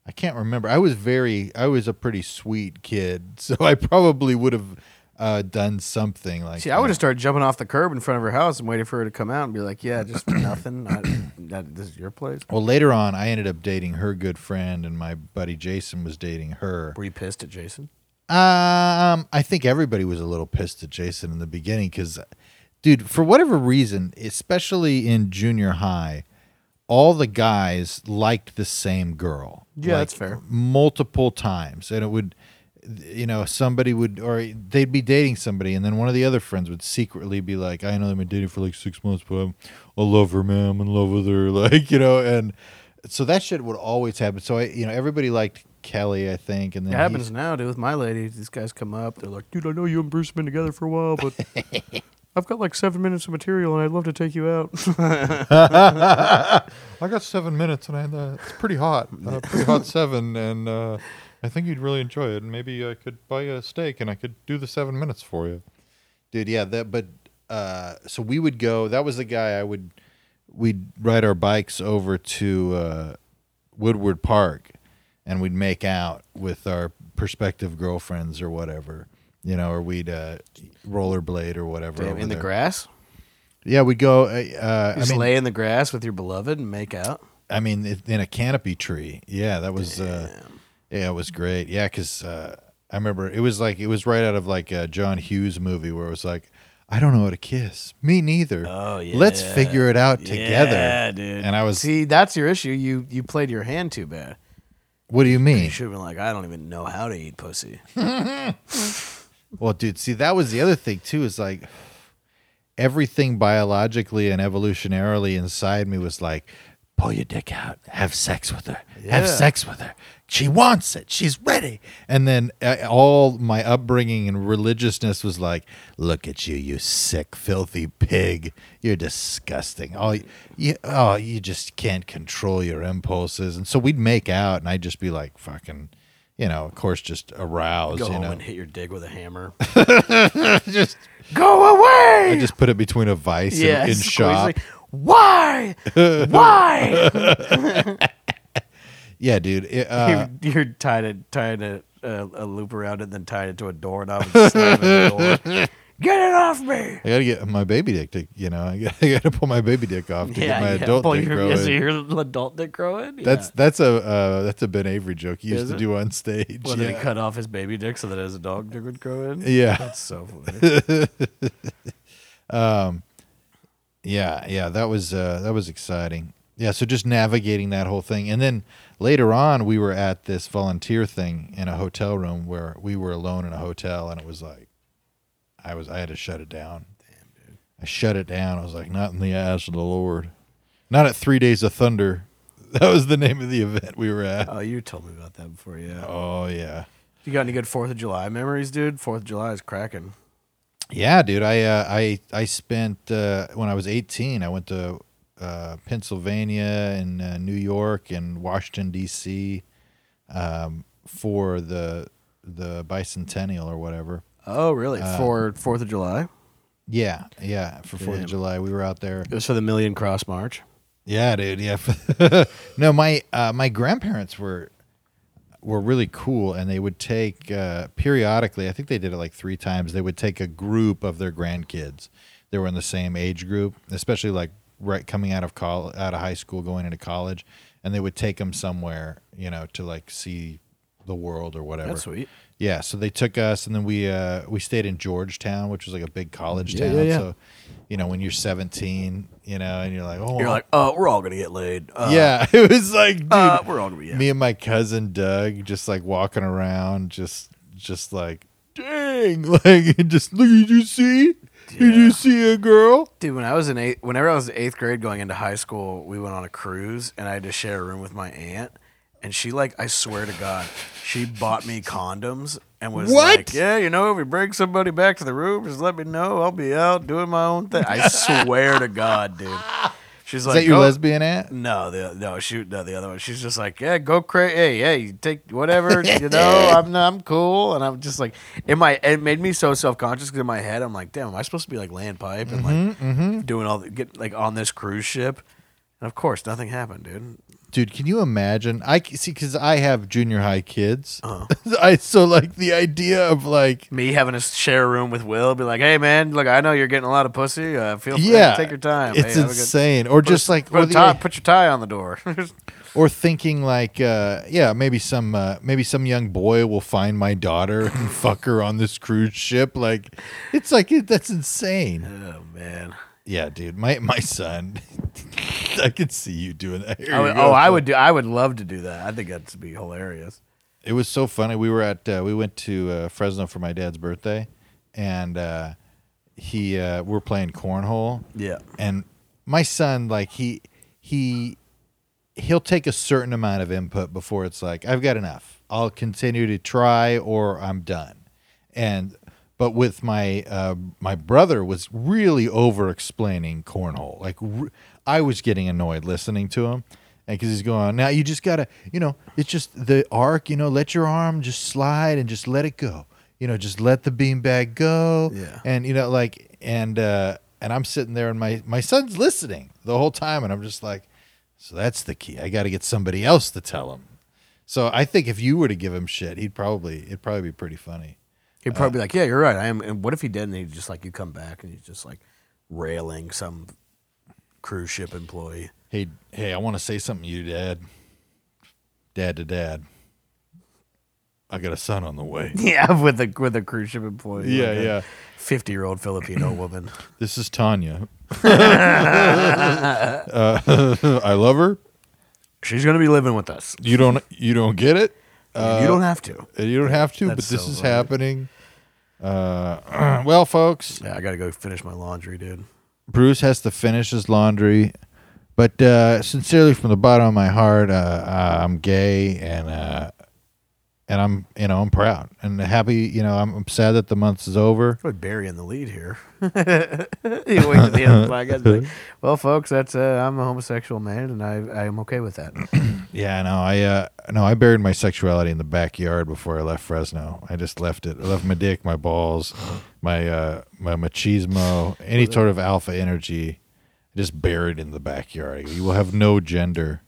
Speaker 3: i can't remember i was very i was a pretty sweet kid <laughs> so i probably would have uh, done something like
Speaker 1: See, I would have started jumping off the curb in front of her house and waiting for her to come out and be like, "Yeah, <coughs> just nothing. I, that, this is your place."
Speaker 3: well later on i ended up dating her good friend and my buddy jason was dating her
Speaker 1: Were you pissed at Jason?
Speaker 3: Um, I think everybody was a little pissed at Jason in the beginning because, dude, for whatever reason, especially in junior high, all the guys liked the same girl.
Speaker 1: Yeah,
Speaker 3: Like,
Speaker 1: that's fair.
Speaker 3: Multiple times, and it would, you know, somebody would or they'd be dating somebody, and then one of the other friends would secretly be like, "I know they've been dating for like six months, but I'm, I love her, man. I'm in love with her." <laughs> Like, you know, and so that shit would always happen. So I, you know, everybody liked. Kelly, I think, and then
Speaker 1: It
Speaker 3: he-
Speaker 1: happens now, dude. With my lady, these guys come up. They're like, "Dude, I know you and Bruce have been together for a while, <laughs> but I've got like seven minutes of material, and I'd love to take you <laughs> out."
Speaker 3: I got seven minutes, and I, uh, it's pretty hot, uh, <laughs> pretty hot seven, and uh, I think you'd really enjoy it. And maybe I could buy you a steak, and I could do the seven minutes for you, dude. Yeah, that. But uh, so we would go. That was the guy I would. We'd ride our bikes over to uh, Woodward Park, and we'd make out with our prospective girlfriends or whatever, you know, or we'd uh, rollerblade or whatever over
Speaker 1: in the
Speaker 3: there.
Speaker 1: grass,
Speaker 3: Yeah, we'd go. Uh, uh, I
Speaker 1: just
Speaker 3: mean,
Speaker 1: lay in the grass with your beloved and make out.
Speaker 3: I mean, it- in a canopy tree. Yeah, that was. Uh, yeah, it was great. Yeah, because uh, I remember it was like it was right out of like a John Hughes movie where it was like, I don't know how to kiss. Me neither.
Speaker 1: Oh,
Speaker 3: Let's
Speaker 1: yeah.
Speaker 3: figure it out together.
Speaker 1: Yeah, dude.
Speaker 3: And I was.
Speaker 1: See, that's your issue. You you played your hand too bad.
Speaker 3: what do you
Speaker 1: You
Speaker 3: mean?
Speaker 1: should have been like, "I don't even know how to eat pussy."
Speaker 3: Well, dude, see, that was the other thing too. Is like everything biologically and evolutionarily inside me was like, pull your dick out, have sex with her, have
Speaker 1: Yeah.
Speaker 3: sex with her. She wants it. She's ready. And then uh, all my upbringing and religiousness was like, look at you, you sick, filthy pig. You're disgusting. Oh, you, oh, you just can't control your impulses. And so we'd make out, and I'd just be like, fucking. You know, of course, just aroused.
Speaker 1: Go
Speaker 3: you
Speaker 1: home
Speaker 3: know,
Speaker 1: and hit your dick with a hammer.
Speaker 3: <laughs> just
Speaker 1: <laughs> Go away.
Speaker 3: I just put it between a vice
Speaker 1: yeah,
Speaker 3: and, and
Speaker 1: squeeze
Speaker 3: shop.
Speaker 1: like,
Speaker 3: <laughs>
Speaker 1: Why? Why? <laughs>
Speaker 3: yeah, dude. It, uh,
Speaker 1: you're, you're tied it, tied a, a, a loop around it, and then tied it to a doorknob. And slamming the
Speaker 3: <laughs>
Speaker 1: door. Get it off me!
Speaker 3: I gotta get my baby dick. To, you know, <laughs> I gotta, I gotta pull my baby dick off to get my adult
Speaker 1: pull
Speaker 3: dick
Speaker 1: your,
Speaker 3: growing.
Speaker 1: Is it your adult dick growing? Yeah.
Speaker 3: that's that's a uh, that's a Ben Avery joke he used
Speaker 1: Is
Speaker 3: to
Speaker 1: it?
Speaker 3: do on stage.
Speaker 1: well, then he
Speaker 3: Yeah.
Speaker 1: cut off his baby dick so that his dog dick would grow in.
Speaker 3: yeah,
Speaker 1: That's so
Speaker 3: <laughs>
Speaker 1: funny.
Speaker 3: yeah, yeah. That was uh, that was exciting. Yeah, so just navigating that whole thing, and then later on, we were at this volunteer thing in a hotel room where we were alone in a hotel, and it was like, I was I had to shut it down. I shut it down. I was like, not in the eyes of the Lord. Not at three days of thunder. <laughs> That was the name of the event we were at.
Speaker 1: oh, you told me about that before, yeah.
Speaker 3: Oh yeah.
Speaker 1: You got any good Fourth of July memories, dude? Fourth of July is cracking.
Speaker 3: Yeah, dude. I uh, I I spent uh, when I was 18. I went to uh, Pennsylvania and uh, New York and Washington D.C. Um, for the the bicentennial or whatever.
Speaker 1: Oh, really?
Speaker 3: Uh.
Speaker 1: for Fourth of July,
Speaker 3: Yeah, yeah. For Fourth
Speaker 1: Damn.
Speaker 3: of July, we were out there.
Speaker 1: it was for the Million Cross March.
Speaker 3: Yeah, dude. Yeah. <laughs> no, my uh, my grandparents were were really cool, and they would take uh, periodically. I think they did it like three times. They would take a group of their grandkids. They were in the same age group, especially like right coming out of college, out of high school, going into college, and they would take them somewhere, you know, to like see the world or whatever.
Speaker 1: That's sweet.
Speaker 3: Yeah, so they took us, and then we uh, we stayed in Georgetown, which was like a big college
Speaker 1: Yeah,
Speaker 3: town.
Speaker 1: yeah, yeah.
Speaker 3: So, you know, when you're 17, you know, and you're like, oh,
Speaker 1: You're like, oh, we're all gonna get laid. Uh,
Speaker 3: yeah, <laughs> it was like, dude,
Speaker 1: uh, we're all gonna be.
Speaker 3: me and my cousin Doug just like walking <laughs> around, just just like, dang, like just look, did you see? Did you see a girl?
Speaker 1: Dude, when I was in eighth, whenever I was in eighth grade going into high school, we went on a cruise, and I had to share a room with my aunt. And she like, I swear to God, she bought me condoms and was
Speaker 3: What?
Speaker 1: like, "Yeah, you know, if you bring somebody back to the room, just let me know. I'll be out doing my own thing." I swear to God, dude. She's
Speaker 3: Is
Speaker 1: like, oh.
Speaker 3: that your
Speaker 1: "Go-"
Speaker 3: lesbian aunt?
Speaker 1: No, the, no, shoot, no, the other one. She's just like, "Yeah, go crazy. Hey, hey, take
Speaker 3: <laughs>
Speaker 1: whatever. you know, I'm I'm cool." And I'm just like, in my, it made me so self conscious because in my head, I'm like, "Damn, am I supposed to be like land pipe and like?"
Speaker 3: Mm-hmm,
Speaker 1: doing all the, get like on this cruise ship, and of course nothing happened, dude.
Speaker 3: Dude, can you imagine? I c- see because I have junior high kids.
Speaker 1: Uh-huh.
Speaker 3: <laughs> I so like the idea of like
Speaker 1: Me having to share a room with Will, be like, hey man, look, I know you're getting a lot of pussy. Uh, feel free,
Speaker 3: yeah,
Speaker 1: to take your time.
Speaker 3: It's
Speaker 1: Hey, have a good-
Speaker 3: insane, or <laughs> just like
Speaker 1: put,
Speaker 3: or,
Speaker 1: a
Speaker 3: the-
Speaker 1: tie- put your tie on the door. <laughs>
Speaker 3: or thinking like uh, yeah, maybe some uh, maybe some young boy will find my daughter
Speaker 1: <laughs>
Speaker 3: and fuck her on this cruise ship. Like it's like it, that's insane.
Speaker 1: oh man,
Speaker 3: Yeah, dude, my my son, <laughs> I could see you doing that. Here
Speaker 1: I would-
Speaker 3: you go.
Speaker 1: oh, I would do. I would love to do that. I think that'd be hilarious.
Speaker 3: it was so funny. We were at uh, we went to uh, Fresno for my dad's birthday, and uh, he uh, we're playing cornhole.
Speaker 1: Yeah.
Speaker 3: and my son like he he he'll take a certain amount of input before it's like I've got enough. I'll continue to try or I'm done. And but with my uh, my brother was really over explaining cornhole. Like r I I was getting annoyed listening to him. And because he's going now, you just gotta, you know, it's just the arc. You know, let your arm just slide and just let it go. You know, just let the beanbag go.
Speaker 1: Yeah.
Speaker 3: And you know, like, and uh, and I'm sitting there, and my my son's listening the whole time, and I'm just like, so that's the key. I got to get somebody else to tell him. So I think if you were to give him shit, he'd probably it'd probably be pretty funny.
Speaker 1: He'd probably be like, yeah, you're right. I am. And what if he did? And he just like you come back and he's just like railing some cruise ship employee.
Speaker 3: Hey, hey, I want to say something to you, Dad. Dad to Dad. I got a son on the way.
Speaker 1: <laughs> Yeah, with a with a cruise ship employee.
Speaker 3: <laughs> Yeah,
Speaker 1: like a
Speaker 3: yeah.
Speaker 1: Fifty year old
Speaker 3: <clears throat>
Speaker 1: Filipino woman.
Speaker 3: This is Tanya. <laughs> uh, I love her.
Speaker 1: She's gonna be living with us.
Speaker 3: You don't you don't get it. Uh,
Speaker 1: you don't have to.
Speaker 3: You don't have to,
Speaker 1: That's
Speaker 3: but this
Speaker 1: so
Speaker 3: is
Speaker 1: right.
Speaker 3: happening. Uh, <clears throat> well, folks,
Speaker 1: Yeah, I gotta go finish my laundry, dude.
Speaker 3: Bruce has to finish his laundry. But uh, sincerely, from the bottom of my heart, uh, uh, I'm gay and uh, and I'm you know I'm proud and happy. You know I'm, I'm sad that the month is over.
Speaker 1: Probably Barry in the lead here. <laughs> you wait to the end <laughs> of the podcast. and be Like, well, folks, that's uh, I'm a homosexual man, and I I am okay with that.
Speaker 3: Yeah, no, I uh, no, I buried my sexuality in the backyard before I left Fresno. I just left it. I left my dick, my balls, my uh, my machismo, any sort of alpha energy, just buried in the backyard. You will have no gender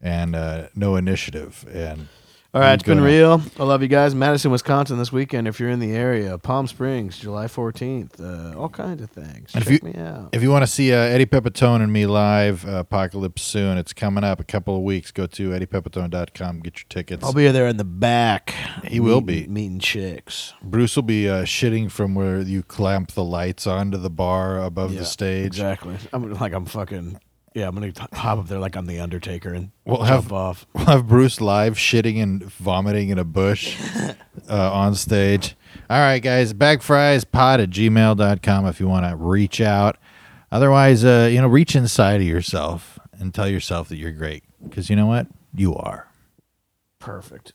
Speaker 3: and uh, no initiative and.
Speaker 4: All right, it's been
Speaker 3: Gonna-
Speaker 4: real. I love you guys. Madison, Wisconsin this weekend. If you're in the area, Palm Springs, July 14th. Uh, all kinds of things.
Speaker 3: And if
Speaker 4: Check
Speaker 3: you-
Speaker 4: me out.
Speaker 3: If you want to see uh, Eddie Pepitone and me live, uh, Apocalypse Soon, it's coming up a couple of weeks. Go to eddiepepitone.com, get your tickets.
Speaker 4: I'll be there in the back.
Speaker 3: He will
Speaker 4: meeting-
Speaker 3: be.
Speaker 4: meeting chicks.
Speaker 3: Bruce will be uh, shitting from where you clamp the lights onto the bar above
Speaker 4: Yeah,
Speaker 3: the stage.
Speaker 4: Exactly. I'm like I'm fucking. Yeah, I'm gonna t- hop up there like I'm the Undertaker and
Speaker 3: We'll
Speaker 4: jump
Speaker 3: have-
Speaker 4: off.
Speaker 3: We'll <laughs> have Bruce live shitting and vomiting in a bush uh, on stage. All right, guys, bagfriespod at gmail.com if you want to reach out. Otherwise, uh, you know, reach inside of yourself and tell yourself that you're great because you know what? You are.
Speaker 4: Perfect.